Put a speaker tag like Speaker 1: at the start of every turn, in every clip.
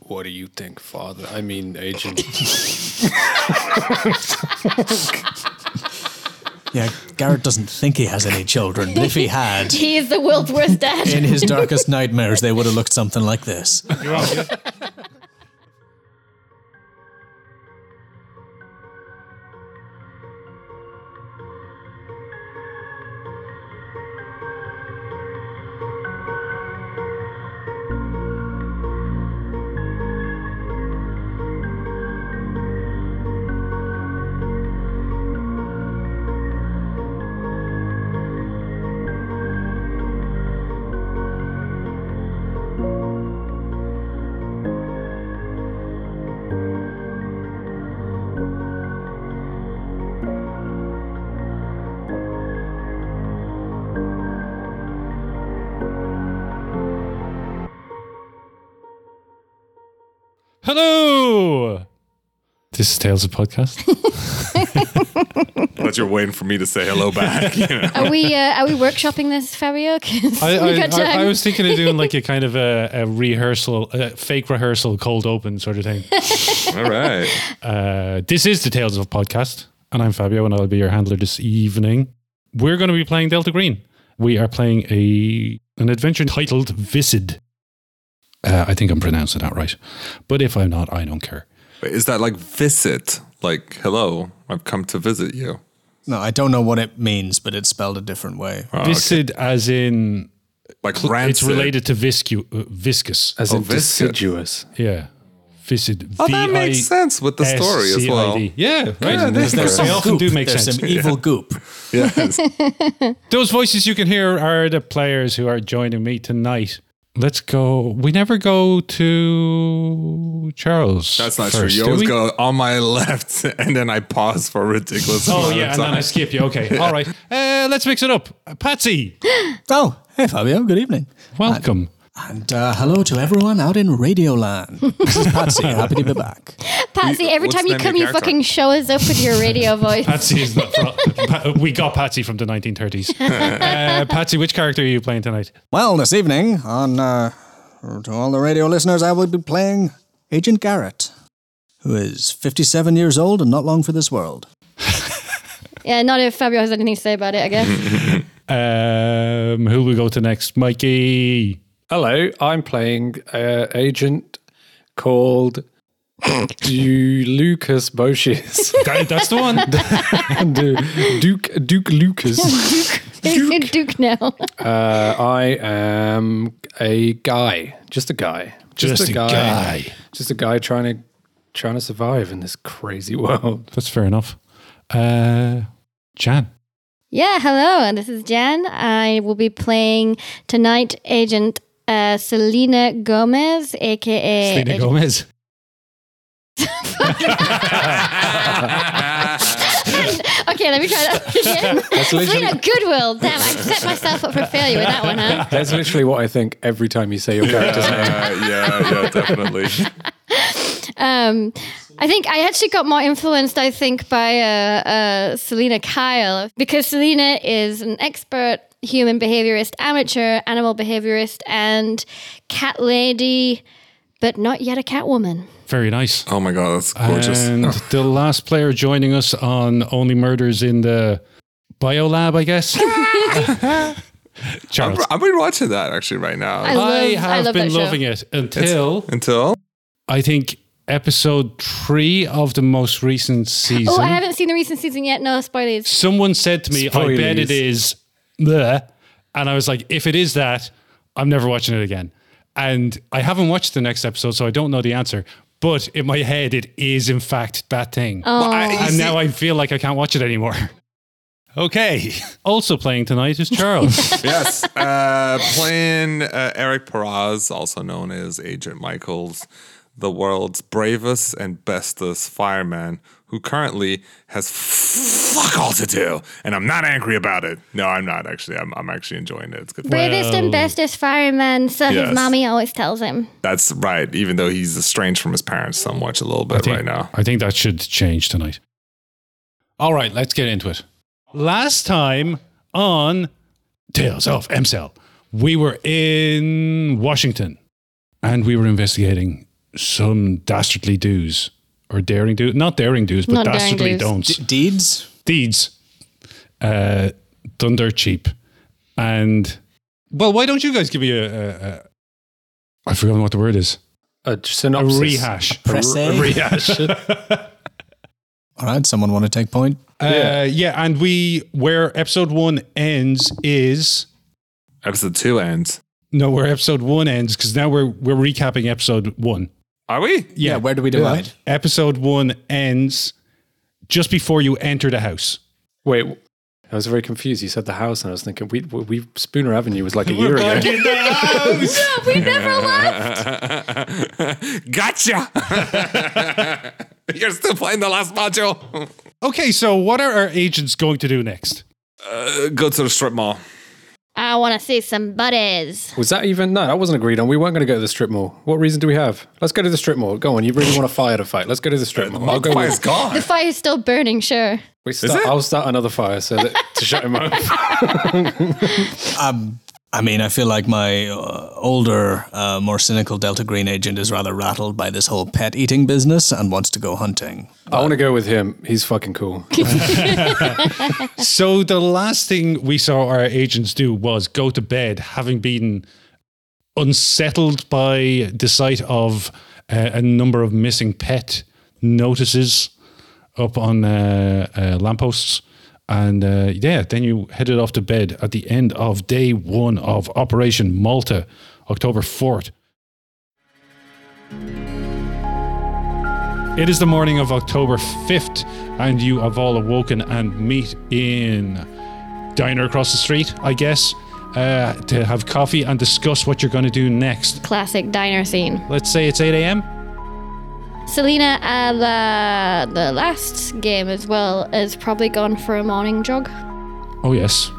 Speaker 1: What do you think, Father? I mean, Agent.
Speaker 2: Yeah, Garrett doesn't think he has any children, but if he had,
Speaker 3: He is the world's worst dad.
Speaker 2: in his darkest nightmares, they would have looked something like this.
Speaker 4: Hello. This is Tales of Podcast.
Speaker 5: But you're waiting for me to say hello back. you know?
Speaker 3: Are we uh, are we workshopping this Fabio? 'Cause
Speaker 4: I,
Speaker 3: we
Speaker 4: I,
Speaker 3: got
Speaker 4: I, I
Speaker 3: time.
Speaker 4: was thinking of doing like a kind of a, a rehearsal, a fake rehearsal, cold open sort of thing.
Speaker 5: All right.
Speaker 4: Uh, this is the Tales of Podcast, and I'm Fabio, and I'll be your handler this evening. We're going to be playing Delta Green. We are playing a an adventure titled Visid. Uh, I think I'm pronouncing that right, but if I'm not, I don't care.
Speaker 5: Wait, is that like visit? Like, hello, I've come to visit you.
Speaker 2: No, I don't know what it means, but it's spelled a different way.
Speaker 5: Oh, okay.
Speaker 4: Visid, as in
Speaker 5: Like
Speaker 4: it's
Speaker 5: rancid.
Speaker 4: related to viscu- uh, viscous.
Speaker 1: As
Speaker 5: Oh,
Speaker 1: in
Speaker 5: Viscid.
Speaker 1: deciduous.
Speaker 4: Yeah, Visid.
Speaker 5: Oh, that makes sense with the story as well.
Speaker 4: V-I-S-C-I-D. Yeah, right.
Speaker 5: Yeah,
Speaker 4: they
Speaker 5: there's- there's e-
Speaker 2: Some
Speaker 4: often
Speaker 2: goop.
Speaker 4: do make
Speaker 2: There's
Speaker 4: sense.
Speaker 2: some evil goop.
Speaker 5: Yes.
Speaker 4: Those voices you can hear are the players who are joining me tonight. Let's go. We never go to Charles.
Speaker 5: That's not
Speaker 4: first,
Speaker 5: true. You
Speaker 4: do
Speaker 5: always
Speaker 4: we?
Speaker 5: go on my left, and then I pause for a ridiculous.
Speaker 4: Oh
Speaker 5: amount
Speaker 4: yeah,
Speaker 5: of
Speaker 4: and then I
Speaker 5: time.
Speaker 4: skip you. Okay, all right. Uh, let's mix it up. Uh, Patsy,
Speaker 2: Oh, hey Fabio, good evening.
Speaker 4: welcome.
Speaker 2: And uh, hello to everyone out in Radioland. This is Patsy, happy to be back.
Speaker 3: Patsy, every
Speaker 5: What's
Speaker 3: time
Speaker 5: the
Speaker 3: you
Speaker 5: name of
Speaker 3: come,
Speaker 5: your
Speaker 3: you
Speaker 5: character?
Speaker 3: fucking show us up with your radio voice.
Speaker 4: Patsy is not. From, Pa- we got Patsy from the 1930s. Uh, Patsy, which character are you playing tonight?
Speaker 2: Well, this evening, on uh, to all the radio listeners, I will be playing Agent Garrett, who is 57 years old and not long for this world.
Speaker 3: Yeah, not if Fabio has anything to say about it. I guess.
Speaker 4: Um, who will we go to next? Mikey.
Speaker 1: Hello, I'm playing uh, agent called Du Lucas Boschis.
Speaker 4: That- that's the one.
Speaker 1: Du- Duke Duke Lucas.
Speaker 3: Duke. now.
Speaker 1: Uh, I am a guy, just a guy,
Speaker 4: Just a guy.
Speaker 1: just a guy trying to trying to survive in this crazy world.
Speaker 4: That's fair enough. Uh, Jan.
Speaker 3: Yeah, hello. This is Jan. I will be playing tonight, Agent uh, Selena Gomez, aka
Speaker 4: Selena
Speaker 3: Agent-
Speaker 4: Gomez.
Speaker 3: Okay, let me try that again. Selena Goodwill. Damn, I set myself up for failure with that one, huh?
Speaker 1: That's literally what I think every time you say your character's name.
Speaker 5: Uh, yeah, yeah, definitely.
Speaker 3: Um, I think I actually got more influenced, I think, by uh, uh, Selena Kyle because Selena is an expert human behaviorist, amateur animal behaviorist, and cat lady, but not yet a cat woman.
Speaker 4: Very nice.
Speaker 5: Oh my god, that's gorgeous.
Speaker 4: And the last player joining us on Only Murders in the Biolab, I guess.
Speaker 5: I'm,
Speaker 4: Charles.
Speaker 5: I'm rewatching that actually right now.
Speaker 3: I
Speaker 4: I,
Speaker 3: love- I
Speaker 4: have
Speaker 3: love
Speaker 4: been
Speaker 3: that show.
Speaker 4: loving it until
Speaker 5: Until
Speaker 4: I think episode three of the most recent season.
Speaker 3: Oh, I haven't seen the recent season yet. No spoilers.
Speaker 4: Someone said to me, I bet it
Speaker 1: Spoilers.
Speaker 4: is the. And I was like, if it is that, I'm never watching it again. And I haven't watched the next episode, so I don't know the answer. But in my head, it is in fact that thing.
Speaker 5: Well, Oh, I- you
Speaker 4: and
Speaker 5: see-
Speaker 4: now I feel like I can't watch it anymore. Okay. Also playing tonight is Charles.
Speaker 5: yes, uh, playing uh, Eric Peraz, also known as Agent Michaels, the world's bravest and bestest fireman, who currently has fuck all to do, and I'm not angry about it. No, I'm not actually. I'm, I'm actually enjoying it. It's good.
Speaker 3: Bravest and bestest fireman, so
Speaker 5: Yes.
Speaker 3: his mommy always tells him.
Speaker 5: That's right. Even though he's estranged from his parents somewhat, a little
Speaker 4: I
Speaker 5: bit
Speaker 4: think-
Speaker 5: right now.
Speaker 4: I think that should change tonight. All right, let's get into it. Last time on Tales of MCell, we were in Washington and we were investigating some dastardly do's or daring do not daring do's but
Speaker 3: Not daring
Speaker 4: dastardly
Speaker 3: do's.
Speaker 4: don'ts
Speaker 2: D- deeds?
Speaker 4: deeds uh, done dirt cheap. And well, why don't you guys give me a, a, a I forgot what the word is
Speaker 1: A
Speaker 4: a
Speaker 1: synopsis.
Speaker 4: rehash.
Speaker 2: Press A?
Speaker 1: rehash.
Speaker 2: All right, someone want to take point?
Speaker 4: Uh, yeah, and we where episode one ends is
Speaker 5: Episode two ends.
Speaker 4: no where episode one ends because now we're we're recapping episode one.
Speaker 5: Are we?
Speaker 4: Yeah,
Speaker 2: where do we divide?
Speaker 4: episode one ends just before you enter the house.
Speaker 1: Wait, I was very confused. You said the house, and I was thinking, we, we, we Spooner Avenue was like a year ago.
Speaker 3: No, we never left.
Speaker 5: gotcha. You're still playing the last module.
Speaker 4: Okay, so what are our agents going to do next?
Speaker 5: Uh, go to the strip mall.
Speaker 3: I want to see some buddies.
Speaker 1: Was that even? No, that wasn't agreed on. We weren't going to go to the strip mall. What reason do we have? Let's go to the strip mall. Go on. You really want to fire to fight? Let's go to the strip mall. I'll go
Speaker 5: Uh, Fire's
Speaker 1: with.
Speaker 5: gone.
Speaker 3: The fire's still burning, sure.
Speaker 1: We start,
Speaker 5: it?
Speaker 1: I'll start another fire so that, to shut him up.
Speaker 2: Um, I mean, I feel like my uh, older, uh, more cynical Delta Green agent is rather rattled by this whole pet eating business and wants to go hunting.
Speaker 1: I want to go with him. He's fucking cool.
Speaker 4: So the last thing we saw our agents do was go to bed, having been unsettled by the sight of uh, a number of missing pet notices up on uh, uh, lampposts. And uh, yeah, then you headed off to bed at the end of day one of Operation Malta, October 4th. It is the morning of October 5th, and you have all awoken and meet in diner across the street, I guess, uh, to have coffee and discuss what you're going to do next.
Speaker 3: Classic diner scene.
Speaker 4: Let's say it's 8 a.m.
Speaker 3: Selena, uh, the, the last game as well, has probably gone for a morning jog.
Speaker 4: Oh yes,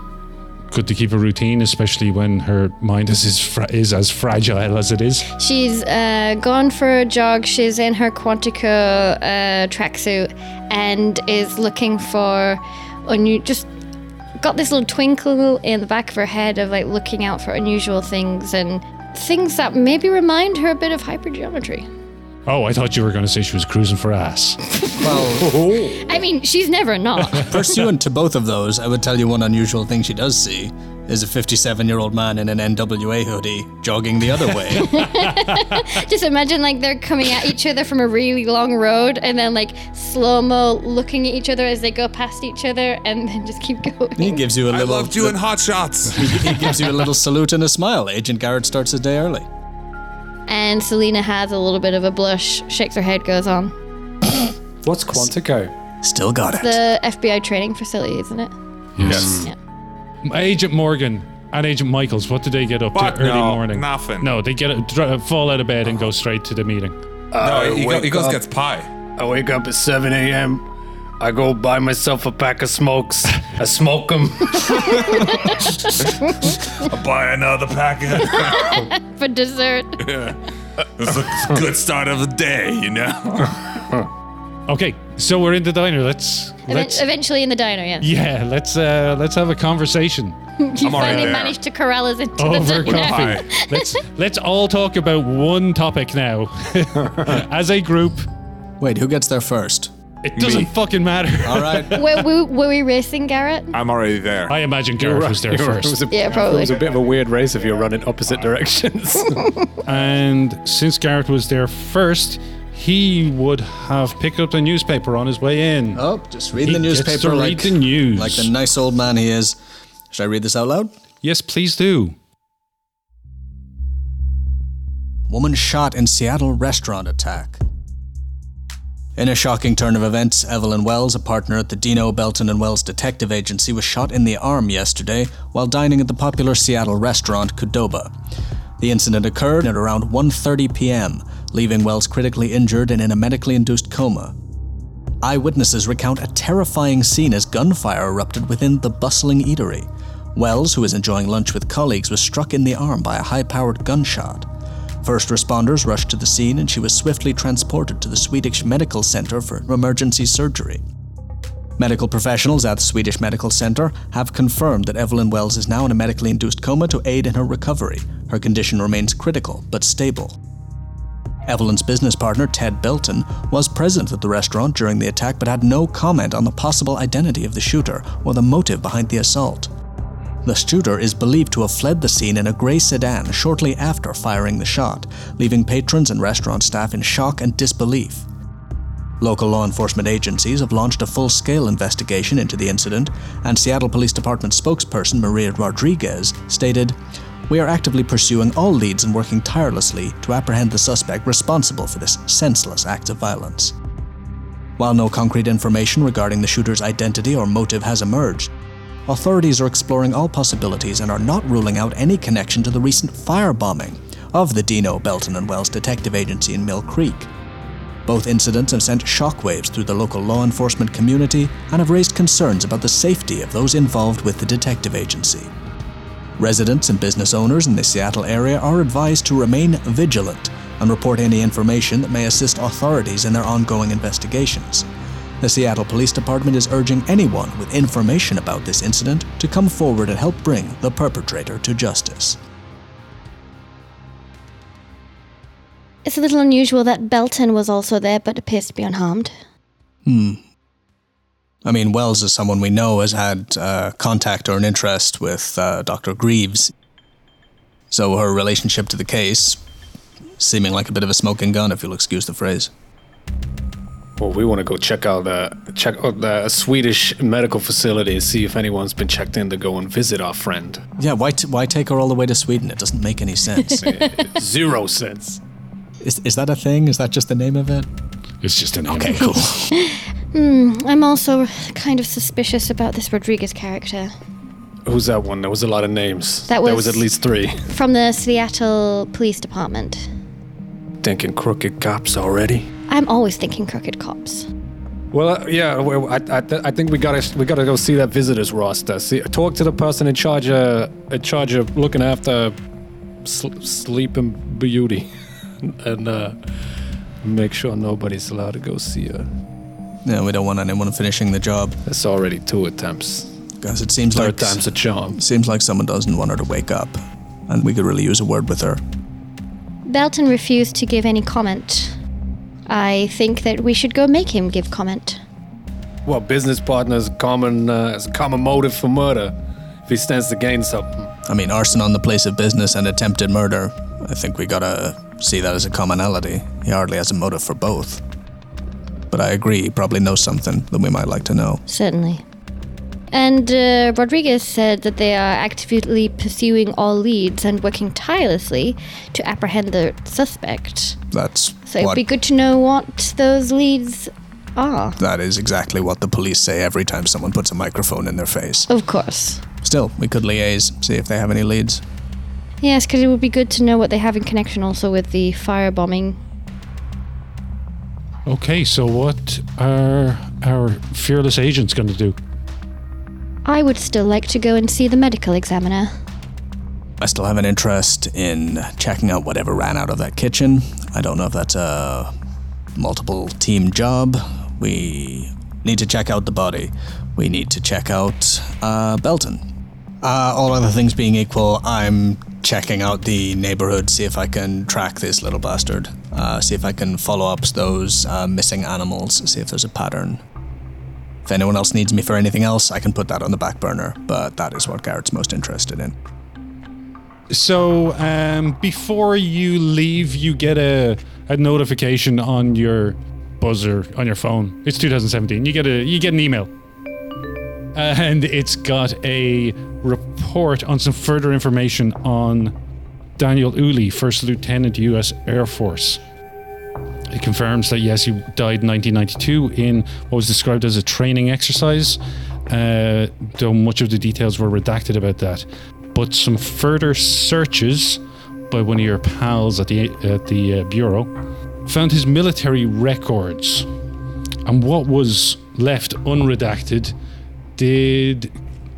Speaker 4: good to keep a routine, especially when her mind is is, fra- is as fragile as it is.
Speaker 3: She's uh, gone for a jog. She's in her Quantico uh, tracksuit and is looking for unu- just got this little twinkle in the back of her head of like looking out for unusual things and things that maybe remind her a bit of hypergeometry.
Speaker 4: Oh, I thought you were going to say she was cruising for ass.
Speaker 3: I mean, she's never not.
Speaker 2: Pursuant to both of those, I would tell you one unusual thing she does see is a 57 year old man in an NWA hoodie jogging the other way.
Speaker 3: just imagine like they're coming at each other from a really long road and then like slow mo looking at each other as they go past each other and then just keep
Speaker 2: he
Speaker 3: going.
Speaker 2: gives you a
Speaker 5: I
Speaker 2: little.
Speaker 5: loved you in Hot Shots.
Speaker 2: he gives you a little salute and a smile. Agent Garrett starts his day early.
Speaker 3: And Selena has a little bit of a blush, shakes her head, goes on.
Speaker 1: What's Quantico?
Speaker 2: Still got it.
Speaker 3: the FBI training facility, isn't it?
Speaker 4: Yes. Agent Morgan and Agent Michaels, what did they get up
Speaker 5: Fuck
Speaker 4: to early
Speaker 5: no,
Speaker 4: morning?
Speaker 5: nothing.
Speaker 4: No, they get dr- fall out of bed and go straight to the meeting.
Speaker 5: no, he, go, he
Speaker 1: wake
Speaker 5: goes
Speaker 1: up.
Speaker 5: gets pie.
Speaker 1: I wake up at 7 a.m. I go buy myself a pack of smokes. I smoke them.
Speaker 5: Buy another packet.
Speaker 3: For dessert.
Speaker 5: It's a good start of the day, you know.
Speaker 4: Okay, so we're in the diner. Let's
Speaker 3: Event-
Speaker 4: let's
Speaker 3: eventually in the diner, yeah.
Speaker 4: yeah, let's uh, let's have a conversation
Speaker 3: You
Speaker 5: I'm already
Speaker 3: finally
Speaker 5: there.
Speaker 3: managed to corral us into
Speaker 4: over
Speaker 3: the diner.
Speaker 4: coffee. let's let's all talk about one topic now, as a group.
Speaker 2: Wait, who gets there first?
Speaker 4: It doesn't
Speaker 5: Me.
Speaker 4: fucking matter.
Speaker 2: All right.
Speaker 3: Were, we, were we racing, Garrett?
Speaker 5: I'm already there.
Speaker 4: I imagine Gareth was there
Speaker 1: You're right. It
Speaker 4: first.
Speaker 1: was a-
Speaker 3: Yeah, probably.
Speaker 1: It was a bit of a weird race if you're running opposite directions.
Speaker 4: and since Gareth was there first, he would have picked up the newspaper on his way in.
Speaker 2: Oh, just reading the
Speaker 4: He gets to
Speaker 2: newspaper
Speaker 4: read
Speaker 2: like,
Speaker 4: the news.
Speaker 2: like the nice old man he is. Should I read this out loud?
Speaker 4: Yes, please do.
Speaker 2: Woman shot in Seattle restaurant attack. In a shocking turn of events, Evelyn Wells, a partner at the Dino Belton and Wells Detective Agency, was shot in the arm yesterday while dining at the popular Seattle restaurant Kudoba. The incident occurred at around 1:30 p.m., leaving Wells critically injured and in a medically induced coma. Eyewitnesses recount a terrifying scene as gunfire erupted within the bustling eatery. Wells, who was enjoying lunch with colleagues, was struck in the arm by a high-powered gunshot. First responders rushed to the scene and she was swiftly transported to the Swedish Medical Center for emergency surgery. Medical professionals at the Swedish Medical Center have confirmed that Evelyn Wells is now in a medically induced coma to aid in her recovery. Her condition remains critical but stable. Evelyn's business partner, Ted Belton, was present at the restaurant during the attack but had no comment on the possible identity of the shooter or the motive behind the assault. The shooter is believed to have fled the scene in a grey sedan shortly after firing the shot, leaving patrons and restaurant staff in shock and disbelief. Local law enforcement agencies have launched a full scale investigation into the incident, and Seattle Police Department spokesperson Maria Rodriguez stated We are actively pursuing all leads and working tirelessly to apprehend the suspect responsible for this senseless act of violence. While no concrete information regarding the shooter's identity or motive has emerged, authorities are exploring all possibilities and are not ruling out any connection to the recent firebombing of the Dino Belton and Wells Detective Agency in Mill Creek. Both incidents have sent shockwaves through the local law enforcement community and have raised concerns about the safety of those involved with the detective agency. Residents and business owners in the Seattle area are advised to remain vigilant and report any information that may assist authorities in their ongoing investigations. The Seattle Police Department is urging anyone with information about this incident to come forward and help bring the perpetrator to justice.
Speaker 3: It's a little unusual that Belton was also there but appears to be unharmed.
Speaker 2: I mean, Wells is someone we know has had uh, contact or an interest with uh, Dr. Greaves. So her relationship to the case, seeming like a bit of a smoking gun, if you'll excuse the phrase.
Speaker 1: Well, we want to go check out uh, check out the Swedish medical facility and see if anyone's been checked in to go and visit our friend.
Speaker 2: Yeah, why, t- why take her all the way to Sweden? It doesn't make any sense.
Speaker 1: Zero sense.
Speaker 2: is, is that a thing? Is that just the name of it?
Speaker 4: It's just an okay, cool.
Speaker 3: I'm also kind of suspicious about this Rodriguez character.
Speaker 1: Who's that one? There was a lot of names.
Speaker 3: That
Speaker 1: there was at
Speaker 3: was-
Speaker 1: least three.
Speaker 3: From the Seattle Police Department.
Speaker 1: Thinking crooked cops already.
Speaker 3: I'm always thinking crooked cops.
Speaker 1: Well, uh, yeah, well, I, I, I think we gotta we gotta go see that visitors roster. See, talk to the person in charge of in charge of looking after sl- sleep and beauty, and uh, make sure nobody's allowed to go see her.
Speaker 2: No, we don't want anyone finishing the job.
Speaker 1: That's already two attempts.
Speaker 2: Because it seems
Speaker 1: Third
Speaker 2: like,
Speaker 1: time's a charm.
Speaker 2: seems like someone doesn't want her to wake up. And we could really use a word with her.
Speaker 3: Belton refused to give any comment. I think that we should go make him give comment.
Speaker 1: Well, business partners common uh, is a common motive for murder. If he stands to gain something,
Speaker 2: I mean, arson on the place of business and attempted murder. I think we gotta see that as a commonality. He hardly has a motive for both. But I agree, he probably knows something that we might like to know.
Speaker 3: Certainly. And uh, Rodriguez said that they are actively pursuing all leads and working tirelessly to apprehend the suspect.
Speaker 2: That's
Speaker 3: So it'd
Speaker 2: what
Speaker 3: be good to know what those leads are.
Speaker 2: that is exactly what the police say every time someone puts a microphone in their face.
Speaker 3: Of course.
Speaker 2: Still, we could liaise, see if they have any leads.
Speaker 3: Yes, because it would be good to know what they have in connection also with the firebombing.
Speaker 4: okay, so what are our fearless agents going to do?
Speaker 3: I would still like to go and see the medical examiner.
Speaker 2: I still have an interest in checking out whatever ran out of that kitchen. I don't know if that's a multiple team job. We need to check out the body. We need to check out uh, Belton. Uh, all other things being equal, I'm checking out the neighborhood, see if I can track this little bastard, uh, see if I can follow up those uh, missing animals, see if there's a pattern. If anyone else needs me for anything else, I can put that on the back burner, but that is what Garrett's most interested in.
Speaker 4: So, um, before you leave, you get a, a notification on your buzzer on your phone. It's 2017. You get a you get an email, and it's got a report on some further information on Daniel Uli, first lieutenant, U.S. Air Force. It confirms that yes, he died in 1992 in what was described as a training exercise, uh, though much of the details were redacted about that. But some further searches by one of your pals at the at the uh, bureau found his military records, and what was left unredacted did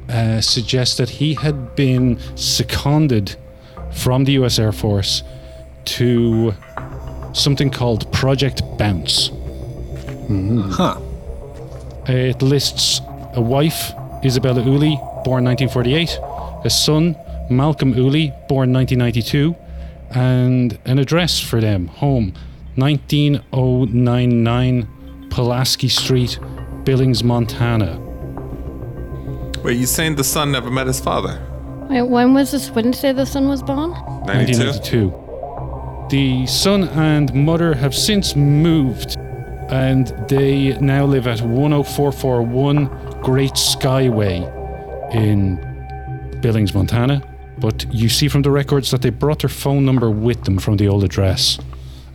Speaker 4: uh, suggest that he had been seconded from the U.S. Air Force to something called Project Bounce. Uh,
Speaker 2: Huh.
Speaker 4: It lists a wife, Isabella Uli, born 1948, a son, Malcolm Uli, born 1992, and an address for them, home, 19099 Pulaski Street, Billings, Montana.
Speaker 5: Wait, you saying the son never met his father?
Speaker 3: Wait, when was this? When did you say the son was born?
Speaker 5: 92?
Speaker 4: 1992. The son and mother have since moved and they now live at 10441 Great Skyway in Billings, Montana. But you see from the records that they brought their phone number with them from the old address.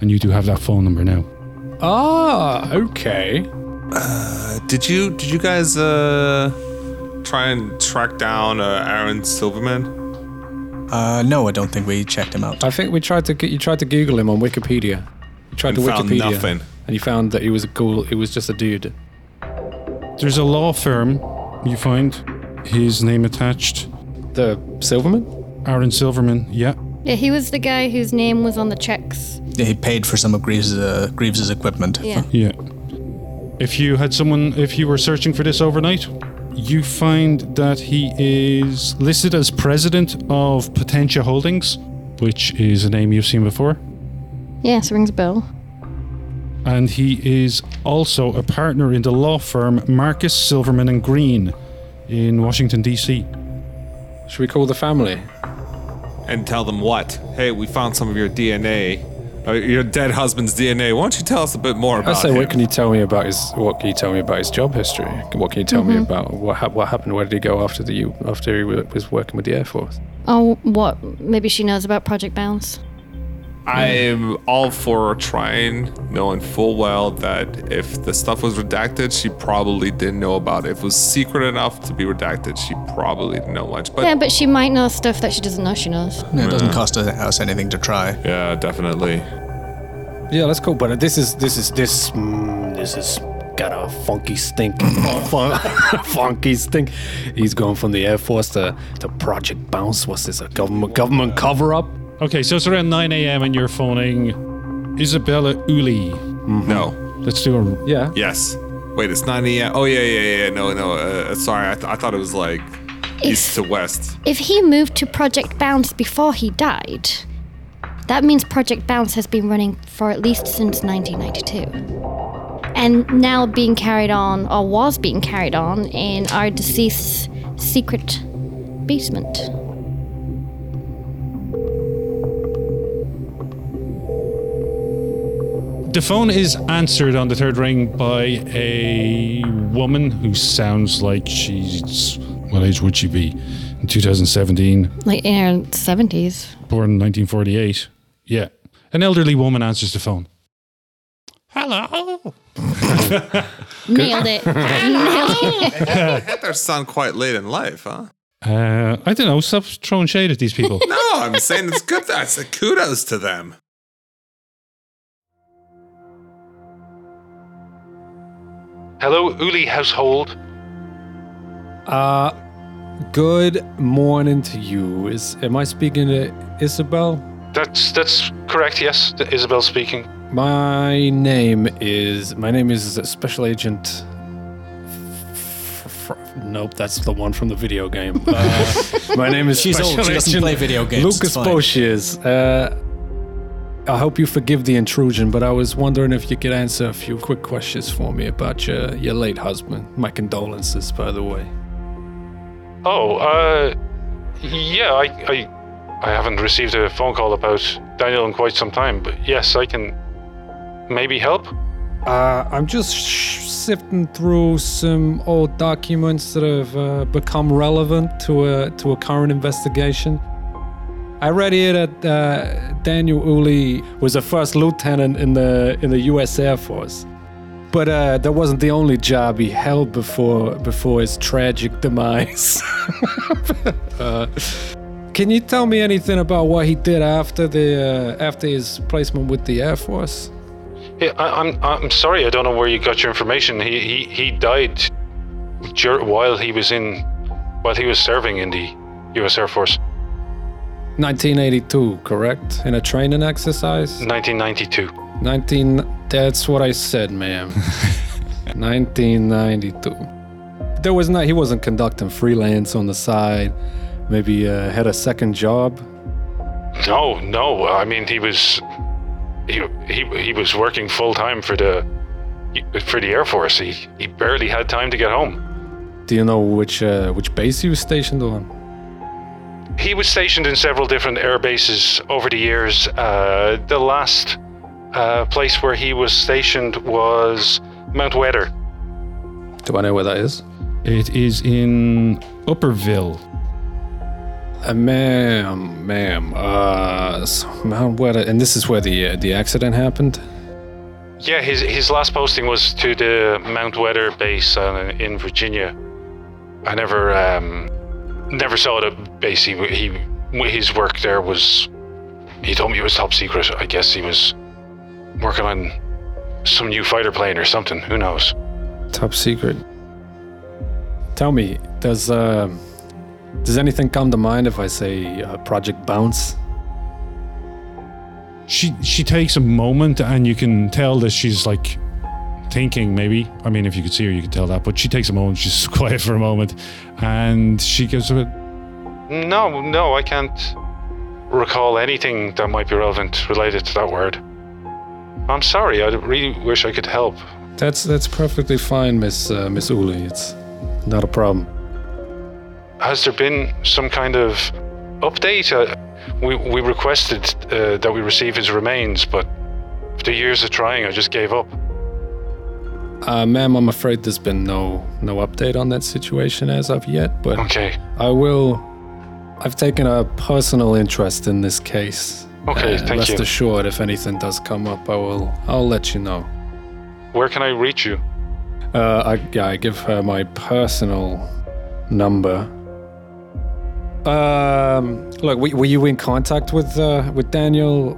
Speaker 4: And you do have that phone number now.
Speaker 1: Ah, okay.
Speaker 5: Did you did you guys uh try and track down uh, Aaron Silverman?
Speaker 2: Uh, no, I don't think we checked him out.
Speaker 1: I think we tried to g- you tried to Google him on Wikipedia. You tried
Speaker 5: And
Speaker 1: to
Speaker 5: found
Speaker 1: Wikipedia
Speaker 5: nothing.
Speaker 1: and you found that he was a cool. He was just a dude.
Speaker 4: There's a law firm you find his name attached
Speaker 1: The Silverman.
Speaker 4: Aaron Silverman. Yeah.
Speaker 3: Yeah, he was the guy whose name was on the checks.
Speaker 2: He paid for some of Greaves' uh, Greaves's equipment.
Speaker 3: Yeah.
Speaker 4: Yeah. If you had someone, if you were searching for this overnight, you find that he is listed as president of Potentia Holdings, which is a name you've seen before.
Speaker 3: Yes, rings a bell.
Speaker 4: And he is also a partner in the law firm Marcus Silverman and Green in Washington, D.C.
Speaker 1: Should we call the family?
Speaker 5: Ah, And tell them what? Hey, we found some of your DNA, uh, your dead husband's DNA. Why don't you tell us a bit more
Speaker 1: I
Speaker 5: about
Speaker 1: say,
Speaker 5: him?
Speaker 1: what can you tell me about his? What can you tell me about his job history? What can you tell me about what hap what happened? Where did he go after the you after he wa- was working with the Air Force?
Speaker 3: Oh, what? Maybe she knows about Project Bounce.
Speaker 5: I'm all for trying, knowing full well that if the stuff was redacted, she probably didn't know about it. If it was secret enough to be redacted, she probably didn't know much. But
Speaker 3: Yeah, but she might know stuff that she doesn't know she knows.
Speaker 2: Yeah, It doesn't cost us anything to try.
Speaker 5: yeah definitely.
Speaker 1: Yeah, that's cool. But this is this is this mm, this is got a funky stink, Fun- funky stink. He's gone from the Air Force to to Project Bounce. What's this? A government government cover up?
Speaker 4: Okay, so it's around 9 a.m. and you're phoning Isabella Uli.
Speaker 5: No.
Speaker 4: Let's do a
Speaker 1: Yeah.
Speaker 5: Yes. Wait, it's 9 a.m. Oh, yeah, yeah, yeah. No, no. Uh, sorry. I, th- I thought it was like east to west.
Speaker 3: If he moved to Project Bounce before he died, that means Project Bounce has been running for at least since 1992. And now being carried on, or was being carried on, in our deceased's secret basement.
Speaker 4: The phone is answered on the third ring by a woman who sounds like she's. What age would she be? In 2017,
Speaker 3: Like in our 70s.
Speaker 4: born in 1948. Yeah. An elderly woman answers the phone. Hello.
Speaker 3: Nailed it. Nailed it.
Speaker 5: had their son quite late in life, huh?
Speaker 4: Uh, I don't know. Stop throwing shade at these people.
Speaker 5: No, I'm saying it's good. That's a kudos to them.
Speaker 4: Hello, Uli household.
Speaker 1: Uh, good morning to you. Is am I speaking to Isabel?
Speaker 4: That's that's correct. Yes, Isabel speaking.
Speaker 1: My name is my name is Special Agent. F- F- Nope, that's the one from the video game. Uh, my name is
Speaker 2: She's
Speaker 1: Special
Speaker 2: old, she doesn't
Speaker 1: Agent
Speaker 2: play video games, it's
Speaker 1: Lucas
Speaker 2: fine.
Speaker 1: Bosch is. Uh, I hope you forgive the intrusion, but I was wondering if you could answer a few quick questions for me about your your late husband. My condolences, by the way.
Speaker 6: Oh, uh, yeah, I, I, I haven't received a phone call about Daniel in quite some time, but yes, I can maybe help.
Speaker 1: Uh, I'm just sh- sifting through some old documents that have uh, become relevant to a to a current investigation. I read here that uh, Daniel Uli was a first lieutenant in the in the U.S. Air Force, but uh, that wasn't the only job he held before before his tragic demise. Uh, can you tell me anything about what he did after the uh, after his placement with the Air Force?
Speaker 6: Yeah, I, I'm, I'm sorry, I don't know where you got your information. He, he, he died dur- while he was in, while he was serving in the U.S. Air Force,
Speaker 1: 1982, correct? In a training exercise?
Speaker 6: 1992.
Speaker 1: 19. That's what I said, ma'am. 1992. There was not. He wasn't conducting freelance on the side. Maybe uh, had a second job.
Speaker 6: No, no, I mean he was, he he, he was working full time for the for the Air Force. He he barely had time to get home.
Speaker 1: Do you know which uh, which base he was stationed on?
Speaker 6: He was stationed in several different air bases over the years. Uh, the last uh, place where he was stationed was Mount Weather.
Speaker 1: Do I know where that is?
Speaker 4: It is in Upperville.
Speaker 1: Uh, ma'am, ma'am, uh, s- Mount Weather, and this is where the uh, the accident happened.
Speaker 6: Yeah, his his last posting was to the Mount Weather base uh, in Virginia. I never um, never saw the base. He, he his work there was. He told me it was top secret. I guess he was working on some new fighter plane or something. Who knows?
Speaker 1: Top secret. Tell me, does uh, does anything come to mind if I say uh, Project Bounce?
Speaker 4: She she takes a moment, and you can tell that she's like thinking. Maybe I mean, if you could see her, you could tell that. But she takes a moment. She's quiet for a moment, and she gives a
Speaker 6: No, no, I can't recall anything that might be relevant related to that word. I'm sorry. I really wish I could help.
Speaker 1: That's that's perfectly fine, Miss uh, Miss Uli. It's not a problem.
Speaker 6: Has there been some kind of update? Uh, we, we requested uh, that we receive his remains, but after years of trying, I just gave up.
Speaker 1: Uh, ma'am, I'm afraid there's been no no update on that situation as of yet, but
Speaker 6: Okay,
Speaker 1: I will. I've taken a personal interest in this case.
Speaker 6: Okay, thank
Speaker 1: rest
Speaker 6: you.
Speaker 1: assured, if anything does come up, I will. I'll let you know.
Speaker 6: where can I reach you?
Speaker 1: Uh, I, yeah, I give her my personal number. Um, look, were, were you in contact with uh, with Daniel?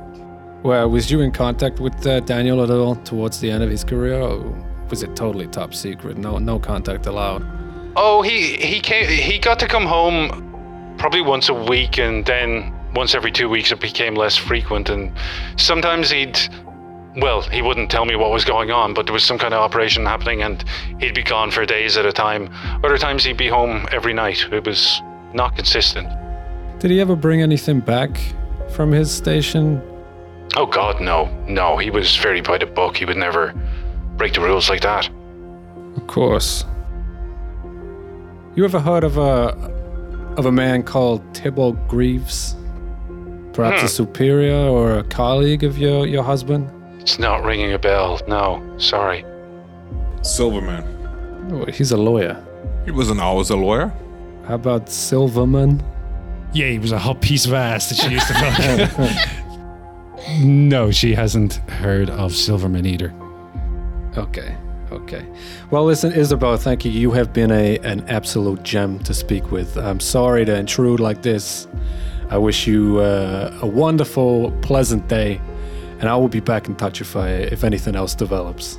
Speaker 1: Well, was you in contact with uh, Daniel at all towards the end of his career? Or was it totally top secret? No, no contact allowed.
Speaker 6: Oh, he he came. He got to come home probably once a week, and then once every two weeks, it became less frequent. And sometimes he'd, well, he wouldn't tell me what was going on, but there was some kind of operation happening, and he'd be gone for days at a time. Other times, he'd be home every night. It was not consistent.
Speaker 1: Did he ever bring anything back from his station?
Speaker 6: Oh God, no, no. He was very by the book. He would never break the rules like that.
Speaker 1: Of course. You ever heard of a of a man called Thibault Greaves? Perhaps a superior or a colleague of your, your husband?
Speaker 6: It's not ringing a bell. No, sorry.
Speaker 5: Silverman.
Speaker 1: Oh, he's a lawyer.
Speaker 5: He wasn't always a lawyer.
Speaker 1: How about Silverman?
Speaker 4: yeah. It was a hot piece of ass that she used to fuck. no, she hasn't heard of Silverman either.
Speaker 1: Okay, okay. Well, listen, Isabel, thank you. You have been a an absolute gem to speak with. I'm sorry to intrude like this. I wish you uh, a wonderful, pleasant day, and I will be back in touch if I if anything else develops.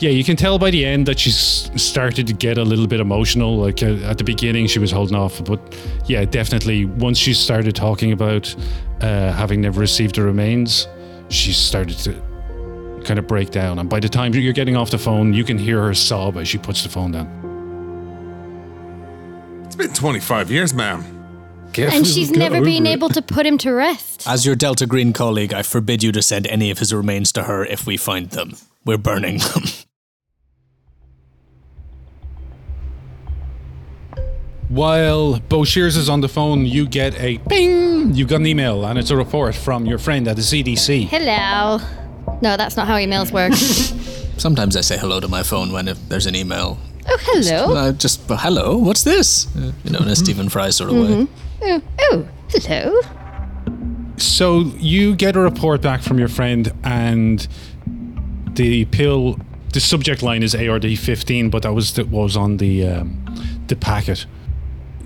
Speaker 4: Yeah, you can tell by the end that she's started to get a little bit emotional. Like uh, at the beginning, she was holding off, but yeah, definitely once she started talking about uh, having never received the remains, she started to kind of break down. And by the time you're getting off the phone, you can hear her sob as she puts the phone down.
Speaker 5: It's been 25 years, ma'am.
Speaker 3: And she's never been able to put him to rest.
Speaker 2: As your Delta Green colleague, I forbid you to send any of his remains to her if we find them. We're burning them.
Speaker 4: While Boshears is on the phone, you get a ping. You got an email, and it's a report from your friend at the CDC.
Speaker 3: Hello. No, that's not how emails work.
Speaker 2: Sometimes I say hello to my phone when if there's an email.
Speaker 3: oh, Mm-hmm. hello.
Speaker 2: Uh, just but hello, what's this? Uh, you know, in a Stephen Fry sort of way.
Speaker 3: Oh, oh, hello.
Speaker 4: So you get a report back from your friend, and the pill. The subject line is ARD fifteen, but that was the, what was on the um, the packet.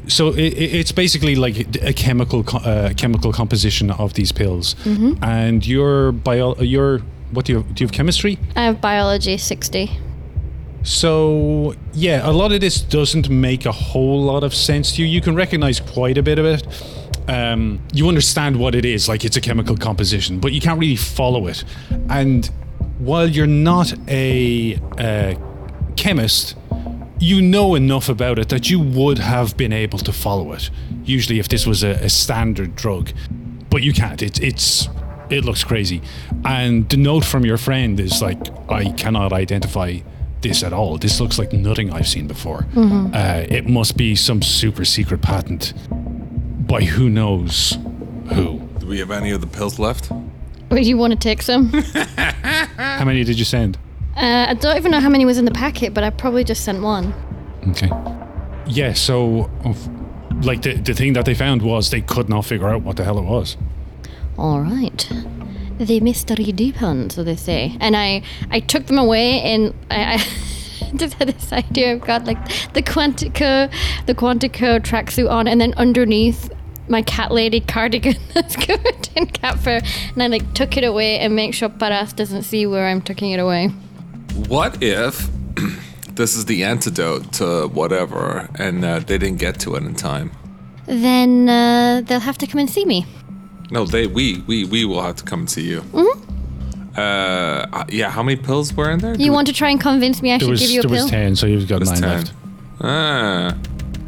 Speaker 4: So i i- it's basically like a chemical co- uh, chemical composition of these pills, and your bio your what do you do you have chemistry?
Speaker 3: I have biology 60.
Speaker 4: So, yeah, a lot of this doesn't make a whole lot of sense to you. You can recognize quite a bit of it. Um, you understand what it is, like it's a chemical composition, but you can't really follow it. And while you're not a uh, chemist, you know enough about it that you would have been able to follow it. Usually, if this was a, a standard drug, but you can't. It's it's It looks crazy. And the note from your friend is like, I cannot identify this at all. This looks like nothing I've seen before. Uh, it must be some super secret patent by who knows who.
Speaker 5: Do we have any of the pills left?
Speaker 3: Would you want to take some? uh,
Speaker 4: How many did you send?
Speaker 3: I don't even know how many was in the packet, but I probably just sent one.
Speaker 4: Okay. Yeah, so of- like the, the thing that they found was they could not figure out what the hell it was.
Speaker 3: All right. The mystery deepens, so they say. And I, I took them away, and I, I just had this idea. I've got like the Quantico, the Quantico tracksuit on, and then underneath my cat lady cardigan that's covered in cat fur. And I like took it away and make sure Paras doesn't see where I'm tucking it away.
Speaker 5: What if this is the antidote to whatever and uh, they didn't get to it in time?
Speaker 3: Then uh, they'll have to come and see me.
Speaker 5: No, they we we we will have to come to you. Uh, yeah. How many pills were in there?
Speaker 3: You want to try and convince me I
Speaker 4: There
Speaker 3: should
Speaker 4: was
Speaker 3: give you a
Speaker 4: there
Speaker 3: pill?
Speaker 4: was ten, so you've got
Speaker 5: It's
Speaker 4: nine
Speaker 5: ten.
Speaker 4: left.
Speaker 5: Ah,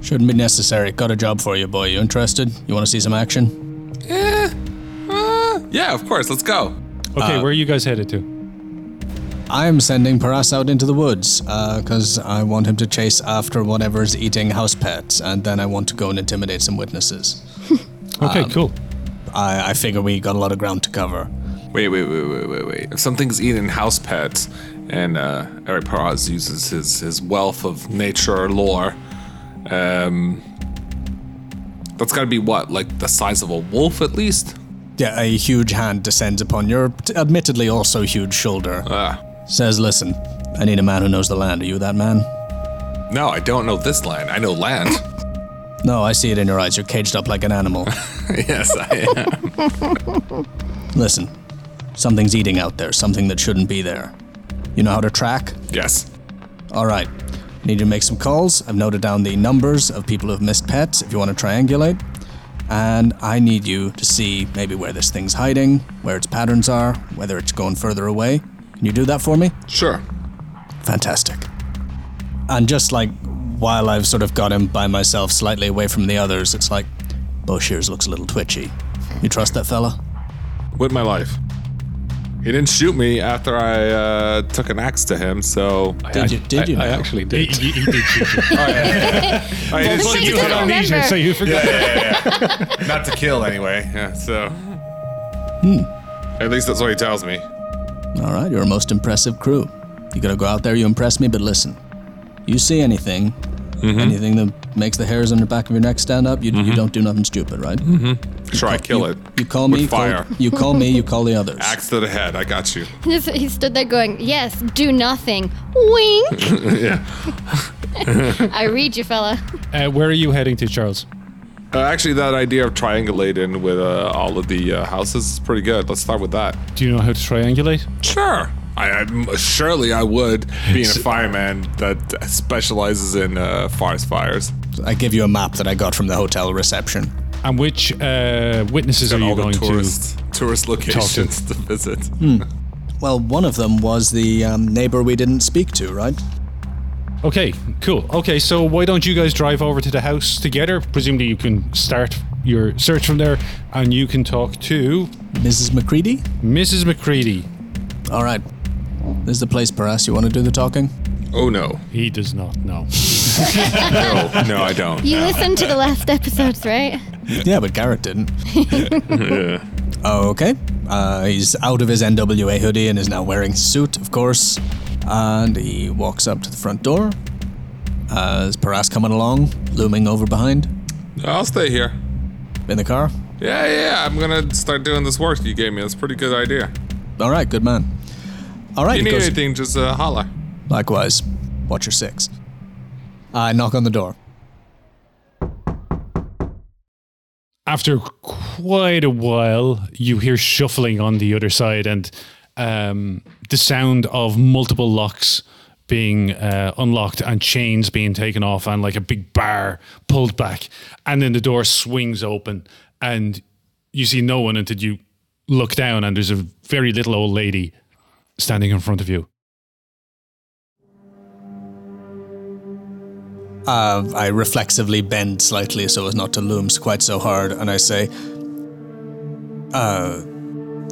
Speaker 2: Shouldn't be necessary. Got a job for you, boy. You interested? You want to see some action?
Speaker 5: Ah, yeah. Of course. Let's go. Uh,
Speaker 4: Okay, where are you guys headed
Speaker 5: um,
Speaker 4: to?
Speaker 2: I'm sending Paras out into the woods, because I want him to chase after whatever's eating house pets, and then I want to go and intimidate some witnesses.
Speaker 4: Okay, cool.
Speaker 2: I, I figure we got a lot of ground to cover.
Speaker 5: Wait, wait, wait, wait, wait, wait. If something's eating house pets, and uh, Eric Paraz uses his his wealth of nature lore, um, that's got to be what, like the size of a wolf at least.
Speaker 2: Yeah, a huge hand descends upon your t- admittedly also huge shoulder.
Speaker 5: Ah.
Speaker 2: Says, listen, I need a man who knows the land. Are you that man?
Speaker 5: No, I don't know this land. I know land.
Speaker 2: No, I see it in your eyes. You're caged up like an animal.
Speaker 5: yes, I am.
Speaker 2: listen, something's eating out there, something that shouldn't be there. You know how to track?
Speaker 5: Yes.
Speaker 2: All right. Need you to make some calls. I've noted down the numbers of people who've missed pets if you want to triangulate. And I need you to see maybe where this thing's hiding, where its patterns are, whether it's going further away. Can you do that for me?
Speaker 5: Sure.
Speaker 2: Fantastic. And just like while I've sort of got him by myself slightly away from the others, it's like Boshears looks a little twitchy. You trust that fella?
Speaker 5: With my life. He didn't shoot me after I uh, took an axe to him, so.
Speaker 2: Did you? Did you?
Speaker 1: I
Speaker 2: now?
Speaker 1: actually
Speaker 4: He-
Speaker 1: did.
Speaker 4: he- he did shoot you.
Speaker 5: I didn't
Speaker 3: Well,
Speaker 5: shoot
Speaker 3: he
Speaker 5: you.
Speaker 3: doesn't remember.
Speaker 4: so you forgot.
Speaker 5: Not to kill, anyway. Yeah, so. At least that's what he tells me.
Speaker 2: All right, you're a most impressive crew. You gotta go out there, you impress me, but listen. You see anything,
Speaker 5: Mm-hmm.
Speaker 2: anything that makes the hairs on the back of your neck stand up, you, you don't do nothing stupid, right?
Speaker 5: Sure, I kill
Speaker 2: you,
Speaker 5: it.
Speaker 2: You call
Speaker 5: Mm-hmm. With
Speaker 2: me, call-
Speaker 5: fire.
Speaker 2: you call me, you call the others.
Speaker 5: Axe to the head. I got you.
Speaker 3: Just- he stood there going, Yes, do nothing. Wink. I read you, fella.
Speaker 4: Uh, where are you heading to, Charles?
Speaker 5: Uh, actually, that idea of triangulating with uh, all of the uh, houses is pretty good. Let's start with that.
Speaker 4: Do you know how to triangulate?
Speaker 5: Sure. I, I surely I would, being a fireman that specializes in uh, forest fires.
Speaker 2: I give you a map that I got from the hotel reception.
Speaker 4: And which uh, witnesses are
Speaker 5: and
Speaker 4: you
Speaker 5: all the
Speaker 4: going to? Hmm.
Speaker 5: tourist tourist locations to visit.
Speaker 2: Well, one of them was the um, neighbor we didn't speak to, right?
Speaker 4: Okay, cool. Okay, so why don't you guys drive over to the house together? Presumably, you can start your search from there, and you can talk to
Speaker 2: Mrs. McCready?
Speaker 4: Mrs. McCready.
Speaker 2: All right. This is the place, Paras. You want to do the talking?
Speaker 5: Oh no,
Speaker 4: He does not know.
Speaker 5: no, no, I don't.
Speaker 3: You listened to the last episodes, right?
Speaker 2: Yeah, but Garrett didn't. Okay. Uh, he's out of his NWA hoodie and is now wearing his suit, of course. And he walks up to the front door. Uh, is Paras coming along, looming over behind?
Speaker 5: I'll stay here.
Speaker 2: In the car?
Speaker 5: Yeah, yeah, I'm gonna start doing this work you gave me. That's a pretty good idea.
Speaker 2: All right, good man. All right,
Speaker 5: You
Speaker 2: he
Speaker 5: need
Speaker 2: goes-
Speaker 5: anything, just uh, holler.
Speaker 2: Likewise, watch your six. I knock on the door.
Speaker 4: After quite a while, you hear shuffling on the other side, and um, the sound of multiple locks being uh, unlocked and chains being taken off, and like a big bar pulled back, and then the door swings open, and you see no one until you look down, and there's a very little old lady standing in front of you.
Speaker 2: Uh, I reflexively bend slightly so as not to loom quite so hard, and I say, uh,